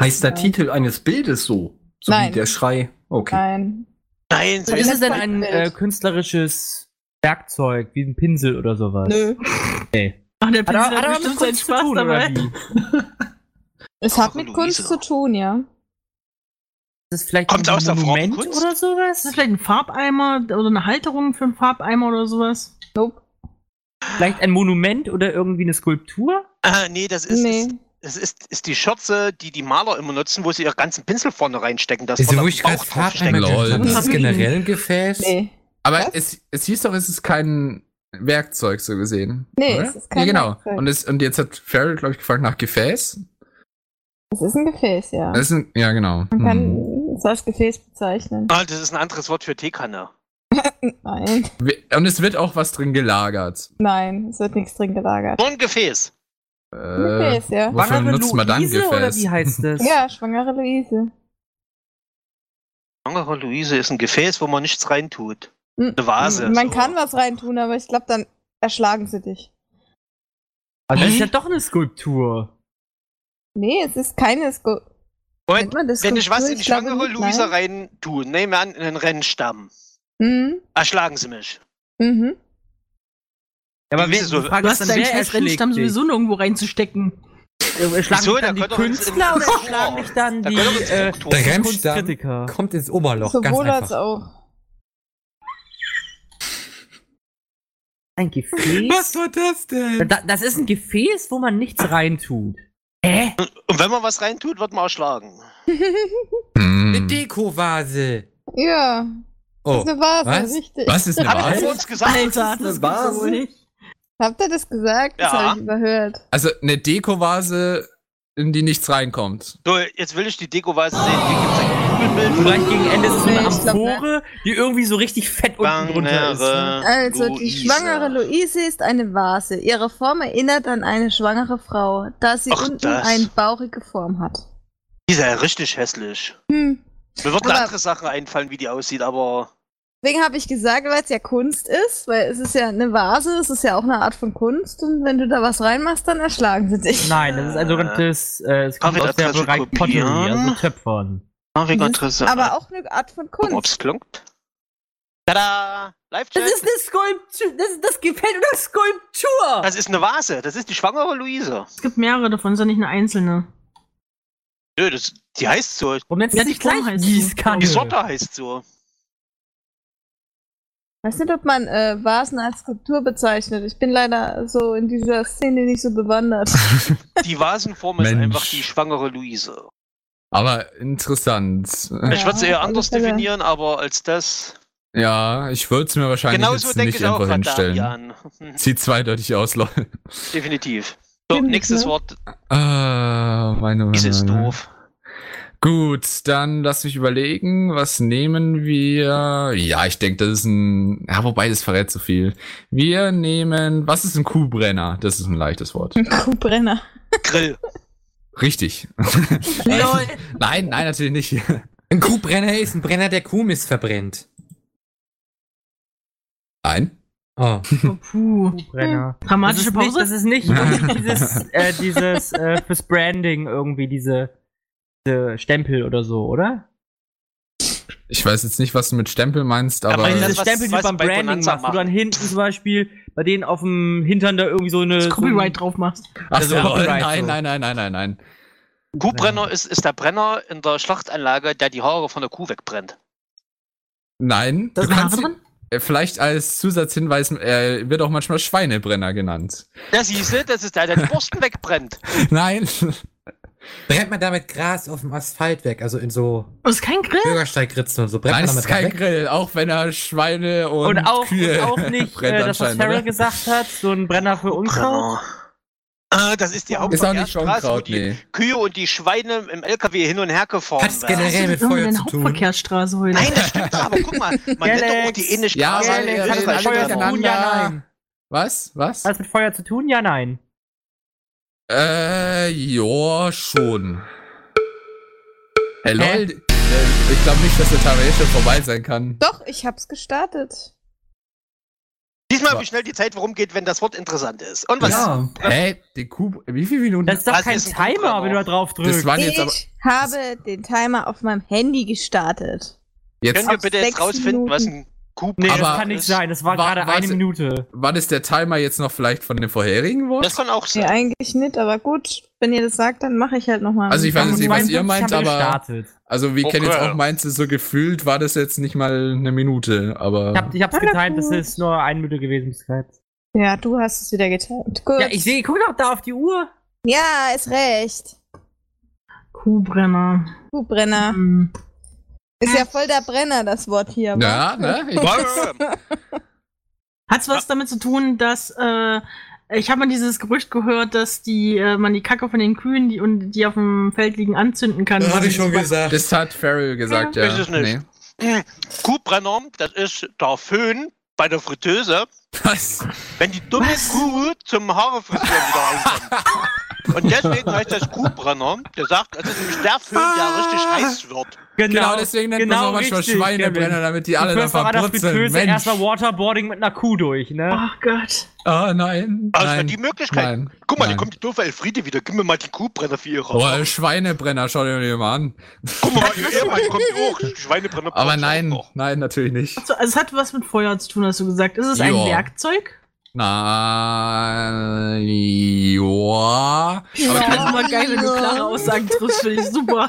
S3: Heißt der Titel eines Bildes so? So
S7: Nein. Äh,
S3: wie der Schrei. Okay.
S7: Nein.
S10: Nein, so
S7: Nein.
S10: ist
S6: ist es denn
S7: Letzter
S6: ein
S7: Bild.
S6: äh, künstlerisches Werkzeug, wie ein Pinsel oder sowas?
S7: Nö.
S4: Ach, der Pinsel hat,
S6: aber
S4: bestimmt seinen Spaß dabei.
S6: wie?
S7: Es hat
S10: Ach,
S7: mit
S10: Luise.
S7: Kunst zu tun, ja.
S6: Ist das vielleicht
S10: Kommt's
S6: ein
S10: aus der
S6: Moment
S10: Formkunst?
S6: oder
S4: Ist das
S6: sowas?
S4: vielleicht ein Farbeimer oder eine Halterung für einen Farbeimer oder sowas?
S7: Nope.
S6: Vielleicht ein Monument oder irgendwie eine Skulptur?
S10: Ah, nee, das ist,
S7: nee.
S10: ist, das ist, ist die Schürze, die die Maler immer nutzen, wo sie ihren ganzen Pinsel vorne reinstecken. Das
S12: Wieso, wo ich gerade
S10: drauf
S12: Farb einmal
S9: Lol.
S12: gesagt habe, ist es generell ein Gefäß?
S7: Nee.
S9: Aber es, es hieß doch, es ist kein Werkzeug, so gesehen.
S7: Nee,
S9: oder?
S7: es ist kein
S9: Ja, genau.
S7: Werkzeug.
S9: Und, es, und jetzt hat Farrell, glaube ich, gefragt nach Gefäß.
S7: Es ist ein Gefäß, ja.
S12: Äh,
S9: Das ist ein, ja, genau.
S7: Man
S9: Hm.
S7: kann es als Gefäß bezeichnen.
S10: Ah, das ist ein anderes Wort für Teekanne.
S7: Nein.
S9: We- Und es wird auch was drin gelagert.
S7: Nein, es wird nichts drin gelagert.
S10: Nur ein Gefäß.
S9: Äh,
S7: Gefäß, ja.
S9: Wofür nutzt man dann
S6: Luise oder
S9: Gefäß?
S6: wie heißt das?
S7: Ja, schwangere Luise.
S10: Schwangere Luise ist ein Gefäß, wo man nichts reintut.
S7: Hm.
S10: Eine Vase.
S7: Man
S10: so.
S7: kann was reintun, aber ich glaube, dann erschlagen sie dich.
S6: Also das ist ja doch eine Skulptur.
S7: Nee, es ist keine Sku
S10: Moment,
S7: man das
S10: wenn ich was
S7: Skulptur?
S10: in die
S7: Ich glaube
S10: schwangere
S7: nicht,
S10: Luise
S7: nein.
S10: reintue, nehmen wir an, in einen Rennstamm,
S7: Mhm.
S10: erschlagen sie mich.
S7: Mhm.
S6: Ja, aber
S10: Wieso?
S6: wenn- die Frage
S4: Du
S6: Ah, ist dann,
S4: hast deinen
S6: wer
S4: scheiß
S6: erschlägt
S4: Rennstamm
S6: dich?
S4: sowieso nirgendwo reinzustecken.
S6: Äh, Schlagen
S10: Wieso?
S6: dich
S10: Da
S6: dann die
S10: könnt ihr uns
S6: Künstler
S10: in-
S6: oder schlagen dich dann
S10: Da
S6: die
S10: können wir uns in
S6: äh,
S10: Strukturen-
S12: Der Rennstamm
S6: Kunstkritiker?
S12: kommt ins Oberloch, ganz
S7: Sowohl als
S12: einfach.
S7: auch.
S6: Ein Gefäß?
S12: war das denn?
S6: Da, das ist ein Gefäß, wo man nichts reintut.
S12: Hä?
S10: Und wenn man was reintut, wird man erschlagen.
S9: Hm.
S12: Eine Deko-Vase.
S7: ja,
S12: Oh.
S7: das ist eine Vase,
S12: was?
S7: richtig.
S9: Was ist eine
S10: Hat er
S9: Vase?
S10: uns gesagt?
S5: Alter,
S3: Das
S5: das
S3: ist eine
S5: gibt's
S3: Vase.
S5: wohl nicht.
S7: Habt ihr das gesagt? Das
S10: Ja.
S7: habe ich überhört.
S9: Also eine Deko-Vase, in die nichts reinkommt.
S10: So, jetzt will ich die Deko-Weise sehen. Hier gibt es ein Google-Bild.
S6: Vielleicht gegen Ende ist es so eine
S7: Nee, ich glaub nicht.
S5: ne.
S6: Amphore, die irgendwie so richtig fett unten drunter ist. Ne?
S7: Also, die schwangere Luise ist eine Vase. Ihre Form erinnert an eine schwangere Frau, da sie
S10: Ach,
S7: unten
S10: das.
S7: eine bauchige Form hat.
S10: Die ist ja richtig hässlich.
S7: Hm.
S10: Mir würden
S7: Aber-
S10: andere Sachen einfallen, wie die aussieht, aber.
S7: Deswegen habe ich gesagt, weil es ja Kunst ist, weil es ist ja eine Vase, es ist ja auch eine Art von Kunst und wenn du da was reinmachst, dann erschlagen sie dich.
S6: Nein, das ist ein sogenanntes, äh, es kommt
S10: Kaffee
S6: aus der
S10: dazu
S6: Bereich Pottery,
S10: kopieren.
S6: also Töpfern.
S10: Ach, wie
S7: Mhm.
S10: interessant.
S7: Aber auch eine Art von
S10: Gucken,
S7: Kunst.
S10: ob's klungt. Tada! Live-Chat!
S5: Das ist eine Skulptur. Das, das gefällt mir eine Skulptur.
S10: Das ist eine Vase. Das ist die schwangere Luise.
S4: Es gibt mehrere davon, ist ja nicht eine einzelne.
S10: Nö, das, die heißt so.
S6: Warum nennst
S4: Ja,
S6: du
S4: die
S6: dich gleich
S4: Form heißt so.
S10: Die
S6: Gießkanne?
S10: Sorte heißt so.
S7: Weiß nicht, ob man äh, Vasen als Skulptur bezeichnet. Ich bin leider so in dieser Szene nicht so bewandert.
S10: Die Vasenform ist
S9: Mensch.
S10: einfach die schwangere Luise.
S9: Aber interessant.
S10: ich würde es eher
S7: auf alle
S10: anders
S7: Fälle.
S10: definieren, aber als das.
S9: Ja, ich würde es mir wahrscheinlich
S10: Genauso
S9: jetzt
S10: denke
S9: nicht
S10: Genau ich auch
S9: einfach
S10: an
S9: hinstellen.
S10: Damian. Hm,
S9: Sieht zweideutig aus, Leute.
S10: Definitiv. So,
S7: Stimmt,
S10: nächstes
S7: ne?
S10: Wort.
S9: Ah, meine
S10: Dies ist
S9: meine-
S10: doof.
S9: Gut, dann lass mich überlegen, was nehmen wir? Ja, ich denke, das ist ein. Ja, wobei, das verrät so viel. Wir nehmen. Was ist ein Kuhbrenner? Das ist ein leichtes Wort.
S7: Kuhbrenner.
S10: Grill.
S9: Richtig.
S5: Lol.
S9: nein, nein, natürlich nicht.
S12: Ein Kuhbrenner ist ein Brenner, der Kuhmist verbrennt.
S9: Nein.
S12: Oh.
S4: Oh, puh.
S6: Brenner. Das
S4: Dramatische
S6: ist, nicht,
S4: Pause?
S6: das ist nicht dieses, äh, dieses äh, fürs Branding irgendwie, diese, diese Stempel oder so, oder?
S9: Ich weiß jetzt nicht, was du mit Stempel meinst, aber.
S10: Aber
S6: Weil
S10: das,
S6: Also diese
S10: was-
S6: Stempel, die du
S10: was
S6: beim
S10: bei
S6: Branding
S10: Bonanza
S6: machst, wo du
S10: machen.
S6: dann hinten zum Beispiel bei denen auf dem Hintern da irgendwie so eine.
S4: das
S6: so ein-
S4: Copyright drauf machst.
S9: Ach so,
S6: Also Copyright,
S9: nein,
S6: so.
S9: nein, nein, nein, nein, nein.
S10: Kuhbrenner ist, ist der Brenner in der Schlachtanlage, der die Haare von der Kuh wegbrennt.
S9: Nein.
S4: Da
S9: Du
S4: sind Haare
S9: kannst,
S4: drin?
S9: äh, vielleicht als Zusatzhinweis, äh, wird auch manchmal Schweinebrenner genannt.
S10: Ja, siehst du, das ist der, der die Borsten wegbrennt.
S9: Nein.
S12: Brennt man damit Gras auf dem Asphalt weg, also in so
S4: Das ist kein Grill.
S12: Bürgersteigritzen und so. Brennt
S9: Nein, es
S12: man
S9: ist
S12: damit
S9: kein
S12: weg?
S9: Grill, auch wenn er Schweine und,
S6: Und auch, und
S9: Kühe
S6: auch nicht,
S9: brennt
S6: äh, das, was
S9: anscheinend, oder?
S6: Farrell gesagt hat, so ein Brenner
S4: Oh,
S6: für Unkraut.
S10: Ah, das ist die
S9: Ist auch nicht
S10: Hauptverkehrsstraße, wo
S9: Schweinkraut,
S10: die
S9: nee.
S10: Kühe und die Schweine im LKW hin und her gefahren
S12: Hat's
S10: werden.
S12: generell mit
S4: Irgendwie
S12: Feuer
S4: eine
S12: zu tun.
S4: Hauptverkehrsstraße heute.
S10: Nein, das stimmt doch, aber guck mal, man nennt doch auch die ähnliche
S9: Ja,
S10: Straße
S9: aber
S10: in
S9: ja,
S6: Hat das mit
S9: Schweinebrenner.
S6: Feuer zu
S10: Österreich.
S6: tun? Ja, nein.
S9: Was? Was?
S6: Hat das mit Feuer zu tun? Ja, nein.
S9: Äh, ja, schon. Hey, lol. Äh, ich glaube nicht, dass der Tarail schon vorbei sein kann.
S7: Doch, ich hab's gestartet.
S10: Diesmal, wie schnell die Zeit rumgeht, wenn das Wort interessant ist. Und was?
S3: Ja,
S9: Hä? Die Kuh. Wie viele Minuten?
S6: Das ist doch
S10: Was
S6: kein
S10: ist ein
S6: Timer,
S10: Kuhbrenner?
S6: wenn du da drauf
S9: Das
S6: drückst.
S9: waren jetzt aber.
S7: Ich habe den Timer auf meinem Handy gestartet.
S9: Jetzt
S10: Können wir bitte jetzt
S7: sechs
S10: rausfinden,
S7: Minuten.
S10: was ein Kuh
S6: Nee,
S9: Aber-
S6: das kann nicht sein. Das war
S9: Wa-
S6: gerade eine
S9: warte.
S6: Minute.
S9: Wann ist der Timer jetzt noch vielleicht von dem vorherigen Wort?
S10: Das kann auch
S7: Ja,
S10: sein.
S7: eigentlich nicht, aber gut, wenn ihr das sagt, dann mache ich halt nochmal.
S9: Also ich weiß
S6: Um
S9: jetzt nicht, was
S6: 52
S9: ihr meint,
S6: haben wir
S9: aber
S6: gestartet.
S9: also wie
S10: Okay.
S9: Ken jetzt auch meinte, so gefühlt war das jetzt nicht mal eine Minute, aber
S6: Ich, hab, ich hab's
S7: Na
S6: getimt, das
S7: gut.
S6: ist nur eine Minute gewesen. bis jetzt.
S7: Ja, du hast es wieder geteilt. Gut.
S6: Ja, ich sehe, guck doch da auf die Uhr.
S7: Ja, ist recht.
S4: Kuhbrenner.
S7: Kuhbrenner.
S4: Hm.
S7: Ist ja voll der Brenner, das Wort hier. wa?
S9: ja, ne? Ich,
S4: Hat's was damit zu tun, dass äh, ich habe mal dieses Gerücht gehört, dass die äh, man die Kacke von den Kühen, die und die auf dem Feld liegen, anzünden kann. Oh
S12: Das habe ich schon gesagt.
S9: das hat Farrell gesagt, ja.
S10: Ja, ist es nicht. Kuhbrenner, das ist der Föhn bei der Fritteuse,
S6: Genau,
S9: Was?
S10: wenn die dumme Kuh zum Haarefrisieren wieder reinkommt. Und deswegen heißt das Kuhbrenner, der sagt, das ist nämlich der Föhn, der richtig heiß wird.
S9: Genau, deswegen nennt man es auch manchmal
S6: richtig,
S9: Schweinebrenner,
S6: Kevin.
S9: damit die alle
S6: Du
S9: da
S6: führst doch an der
S9: verbrutzeln.
S6: Fritteuse
S9: Mensch.
S6: erstmal Waterboarding mit einer Kuh durch, ne?
S4: Ach Gott.
S9: Oh nein.
S10: Also
S9: nein.
S10: die Möglichkeit.
S9: nein.
S10: Guck mal,
S9: nein.
S10: hier kommt die doofe Elfriede wieder. Gib mir mal die Kuhbrenner für ihre
S9: Oh,
S10: Haare.
S9: Schweinebrenner, schau dir den mal an.
S10: Guck mal, ihr Ehemann kommt hoch. Schweinebrenner
S9: Aber
S10: braucht's
S9: nein,
S10: auch noch.
S9: nein, natürlich nicht.
S4: So, also es hat was mit Feuer zu tun, hast du gesagt. Ist es ein
S9: Ja.
S4: Werkzeug?
S9: Na,
S4: Aber
S9: joa.
S4: ich finde es immer geil, wenn du klare Aussagen triffst, finde ich super.
S6: Soll
S4: um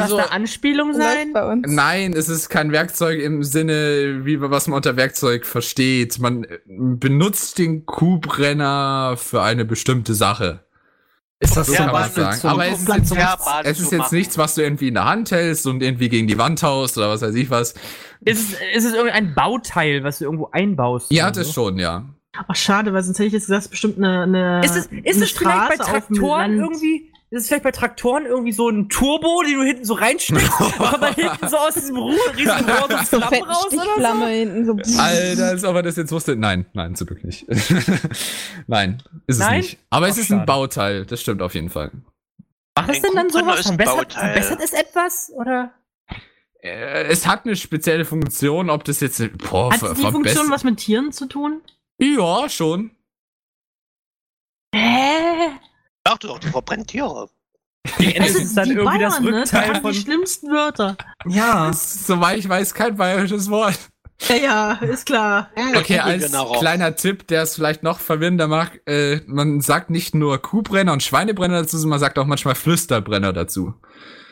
S9: Also,
S6: das eine Anspielung
S7: Läuft
S6: sein?
S7: bei uns.
S9: nein, es ist kein Werkzeug im Sinne, wie was man unter Werkzeug versteht. Man äh, benutzt den Kuhbrenner für eine bestimmte Sache. Ist das
S10: Ja,
S9: so, kann man
S10: Bahn-
S9: sagen.
S10: so-
S9: Aber
S10: so-
S9: es ist, jetzt,
S10: Ja, Bahn
S9: es ist
S10: zu
S9: jetzt
S10: machen.
S9: nichts, was du irgendwie in der Hand hältst und irgendwie gegen die Wand haust oder was weiß ich was.
S6: Ist es, ist es irgendein Bauteil, was du irgendwo einbaust?
S9: Ja,
S6: oder so?
S9: das schon, ja.
S4: Ach, schade, weil sonst hätte ich jetzt gesagt, es ist bestimmt eine, eine
S6: Ist es, ist
S4: eine
S6: es vielleicht bei
S4: Straße auf dem
S6: Traktoren
S4: Land.
S6: irgendwie, ist es vielleicht bei Traktoren irgendwie so ein Turbo, den du hinten so reinsteckst, aber dann hinten so aus diesem Ruhe, riesigen Rohr so
S7: So
S6: Flammen
S7: fette
S6: raus oder so?
S7: Stichflamme hinten. So.
S9: Alter, als ob er das jetzt wusste. Nein, nein, zum Glück nicht. nein, ist
S6: Nein?
S9: es nicht. Aber es
S6: Ach,
S9: ist ein
S6: schade.
S9: Bauteil, das stimmt auf jeden Fall.
S6: Macht es denn dann
S10: Ein Kumpel
S6: sowas?
S10: ist ein
S6: Verbessert,
S10: Bauteil.
S6: verbessert es etwas? Oder?
S9: Äh, Es hat eine spezielle Funktion, ob das jetzt. Boah,
S4: Hat
S9: ver-
S4: die Funktion
S9: verbessert-
S4: was mit Tieren zu tun?
S9: Ja, schon.
S6: Äh,
S4: Hä?
S10: Sag doch, die verbrennen Tiere.
S4: Das
S6: Das ist
S4: sind
S6: dann
S4: die
S6: irgendwie das
S4: Bayern, ne?
S6: Rückteil
S4: Die haben
S6: von-
S4: die schlimmsten Wörter.
S3: Ja.
S9: Soweit ich weiß, kein bayerisches Wort.
S4: Ja, ja, ist klar.
S9: Okay,
S10: Kinder
S9: als
S10: gehen darauf.
S9: kleiner Tipp, der es vielleicht noch verwirrender macht, äh, man sagt nicht nur Kuhbrenner und Schweinebrenner dazu, sondern man sagt auch manchmal Flüsterbrenner dazu.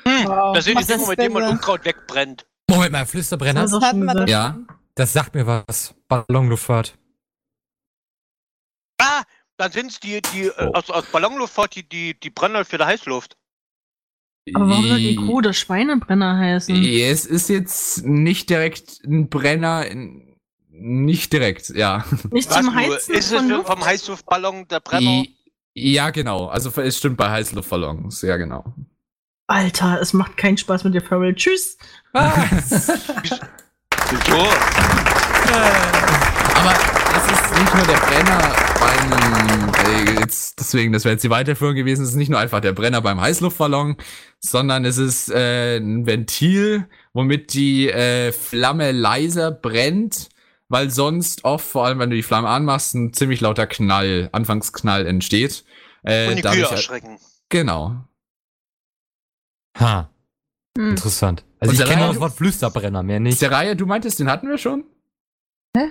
S10: Das sind die
S7: macht
S10: Dinge,
S7: das
S10: mit denen man
S7: besser.
S10: Unkraut wegbrennt.
S12: Moment mal, Flüsterbrenner,
S4: Das
S12: das,
S4: ist doch
S7: Hatten
S4: schon
S7: wir
S4: gesagt.
S9: Ja.
S12: sagt mir was. Ballonluftfahrt.
S10: Ah, dann sind es die, die äh,
S9: Oh.
S10: aus, aus Ballonluftfahrt, die, die, die brennen halt für die Heißluft.
S4: Aber warum soll die Kuh oder Schweinebrenner heißen?
S10: Äh,
S9: Es ist jetzt nicht direkt ein Brenner, n- nicht direkt, ja.
S4: Nicht
S10: Was
S4: zum
S10: nur?
S4: Heizen
S10: Ist es
S4: von
S10: für-
S4: Luft?
S10: vom Heißluftballon der Brenner?
S9: I- Ja, genau. Also es stimmt bei Heißluftballons, ja genau.
S4: Alter, es macht keinen Spaß mit dir, Farrell. Tschüss.
S10: Wieso?
S9: Aber es ist nicht nur der Brenner beim, äh, jetzt, deswegen, das wäre jetzt die Weiterführung gewesen, es ist nicht nur einfach der Brenner beim Heißluftballon, sondern es ist äh, ein Ventil, womit die äh, Flamme leiser brennt, weil sonst oft, vor allem wenn du die Flamme anmachst, ein ziemlich lauter Knall, Anfangsknall entsteht. Äh,
S10: Und die Kühe
S9: dadurch,
S10: erschrecken.
S9: genau.
S12: Ha,
S7: Hm.
S12: interessant. Also
S9: Und
S12: ich
S9: der
S12: kenne
S9: Reihe-
S12: nur das Wort Flüsterbrenner, mehr
S9: Ist
S12: nicht.
S9: der Reihe, du meintest, den hatten wir schon? Hä?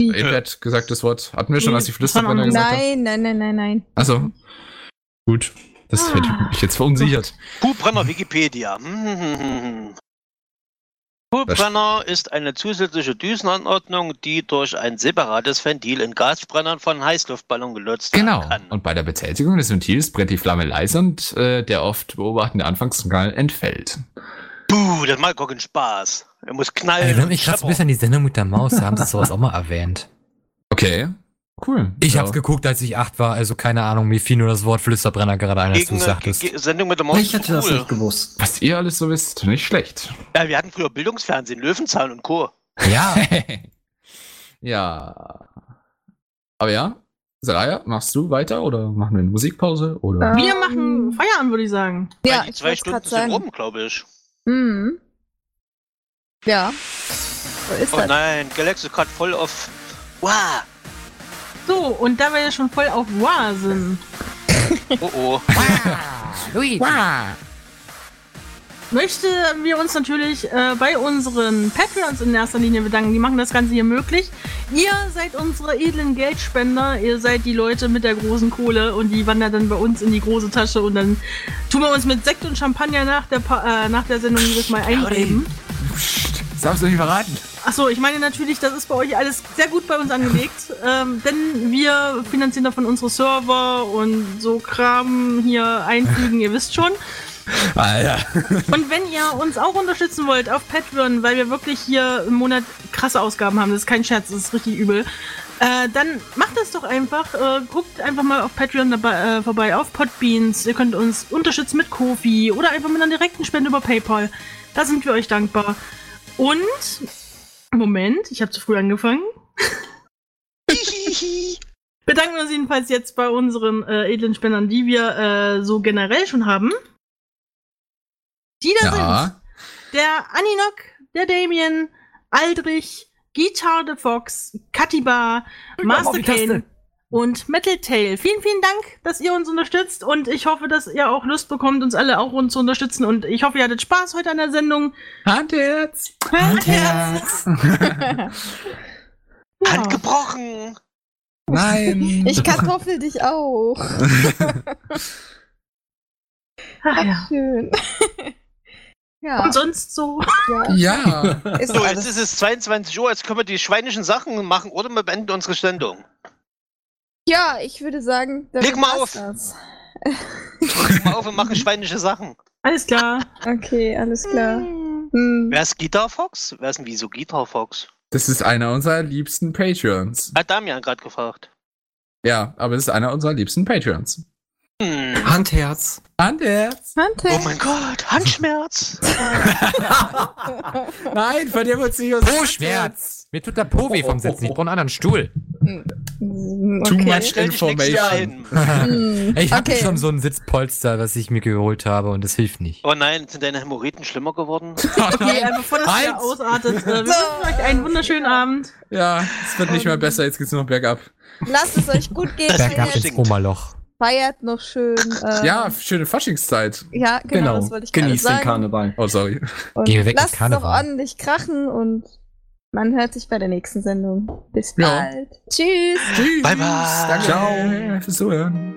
S9: Eben hat gesagt, das Wort hatten wir schon, als ich
S4: Nee, das waren
S9: Flüsterbrenner gesagt habe.
S7: Nein, nein, nein, nein, nein.
S9: Also, Ah. gut. Das hätte mich jetzt verunsichert.
S10: Kuhbrenner Wikipedia. Hm. Kuhbrenner ist eine zusätzliche Düsenanordnung, die durch ein separates Ventil in Gasbrennern von Heißluftballon gelöst
S9: Genau.
S10: werden kann.
S9: Und bei der Betätigung des Ventils brennt die Flamme leise und äh, der oft beobachtende Anfangsknall entfällt.
S10: Buh, das macht gar keinen Spaß. Er muss knallen.
S12: Erinnert
S10: und
S12: mich gerade so
S10: scheppern.
S12: ein bisschen an die Sendung mit der Maus, da haben sie sowas auch mal erwähnt.
S9: Okay. Cool.
S12: Ich
S9: Ja.
S12: hab's geguckt, als ich acht war, also keine Ahnung, mir fiel nur das Wort Flüsterbrenner gerade ein, als du
S10: gegen,
S12: es sagtest.
S10: gegen Sendung mit der Maus.
S3: Ich
S10: ist
S3: hätte das
S10: cool.
S3: nicht gewusst.
S9: Was ihr alles so wisst, nicht schlecht.
S10: ja, wir hatten früher Bildungsfernsehen, Löwenzahn und Co.
S12: Ja,
S9: ja. Aber ja, Saraya, machst du weiter oder machen wir eine Musikpause? Oder?
S7: Ähm,
S4: Wir machen Feierabend, würde ich sagen.
S7: Ja,
S10: Weil die
S7: ich
S10: zwei
S7: wollte
S10: Stunden
S7: gerade
S10: sind
S7: sagen.
S10: rum, glaube ich.
S7: Mhm. Ja. So ist
S10: Oh
S7: das.
S10: nein, Galaxy gerade voll auf. Wow.
S4: So, und da wir ja schon voll auf Wow sind.
S10: Oh oh.
S4: möchten wir uns natürlich äh, bei unseren Patreons in erster Linie bedanken. Die machen das Ganze hier möglich. Ihr seid unsere edlen Geldspender. Ihr seid die Leute mit der großen Kohle und die wandert dann bei uns in die große Tasche und dann tun wir uns mit Sekt und Champagner nach der, pa äh, nach der Sendung jedes Mal einreden.
S9: Das darfst du nicht verraten.
S4: Achso, ich meine natürlich, das ist bei euch alles sehr gut bei uns angelegt, ähm, denn wir finanzieren davon unsere Server und so Kram hier einfügen, ihr wisst schon. Und wenn ihr uns auch unterstützen wollt auf Patreon, weil wir wirklich hier im Monat krasse Ausgaben haben, das ist kein Scherz, das ist richtig übel, äh, dann macht das doch einfach. Äh, guckt einfach mal auf Patreon dabei, äh, vorbei, auf Podbeans. Ihr könnt uns unterstützen mit Kofi oder einfach mit einer direkten Spende über PayPal. Da sind wir euch dankbar. Und, Moment, ich habe zu früh angefangen. Bedanken uns jedenfalls jetzt bei unseren äh, edlen Spendern, die wir äh, so generell schon haben. Die da sind
S9: Ja.
S4: der Aninok, der Damien, Aldrich, Guitar the Fox, Katiba, Master Kane und Metal Tail. Vielen, vielen Dank, dass ihr uns unterstützt und ich hoffe, dass ihr auch Lust bekommt, uns alle auch uns zu unterstützen und ich hoffe, ihr hattet Spaß heute an der Sendung.
S9: Hand jetzt.
S4: Ja.
S10: Hand gebrochen.
S9: Nein.
S7: Ich kartoffel dich auch.
S4: Ach, Ah, ja.
S7: Schön. ja,
S4: Und sonst so.
S7: ja.
S9: ja.
S7: Ist
S10: So,
S7: alles.
S10: jetzt ist es 22 Uhr, jetzt können wir die schweinischen Sachen machen oder wir beenden unsere Sendung.
S7: ja, ich würde sagen, damit
S10: Leg mal
S7: war's
S10: auf.
S7: Das.
S10: Pass mal auf und machen schweinische Sachen.
S4: Alles klar.
S7: Okay, alles klar. Hm.
S10: Wer ist Guitar Fox? Wer ist denn wieso Guitar Fox?
S9: Das ist einer unserer liebsten Patreons.
S10: Hat Damian gerade gefragt.
S9: Ja, aber das ist einer unserer liebsten Patreons.
S10: Hm.
S12: Handherz.
S9: Handherz.
S10: Oh
S7: Hunter.
S10: mein Gott, Handschmerz.
S9: Nein, von dir wird sie
S12: Po Schmerz. Mir tut der Po weh vom Sitzen. Ich brauche einen anderen Stuhl.
S7: Hm,
S9: Too
S7: okay.
S9: much
S10: Stell dich nächstes Jahr
S9: information.
S10: hin.
S7: Hm.
S12: Ich habe
S7: Okay.
S12: schon so ein Sitzpolster, was ich mir geholt habe und das hilft nicht.
S10: Oh nein, sind deine Hämorrhoiden schlimmer geworden?
S4: Okay, äh, bevor das wieder
S12: Eins.
S4: ausartet, äh, wir wünschen euch einen wunderschönen Abend.
S9: Ja, es wird nicht mehr besser, jetzt geht's nur noch bergab.
S7: Lasst es euch gut gehen.
S12: Bergab
S7: Feiert,
S12: ins Oberloch.
S7: feiert noch schön. Äh,
S9: Ja, schöne Faschingszeit.
S7: Ja, genau, das wollte ich gerade
S3: Genießt den
S7: sagen.
S3: Karneval.
S9: Oh, sorry.
S7: Und
S12: Geh weg mit
S7: lasst es noch
S12: Karneval.
S7: ordentlich krachen und man hört sich bei der nächsten Sendung. Bis
S9: Ja.
S7: bald. Tschüss.
S10: Bye bye.
S9: Ciao. Fürs Zuhören.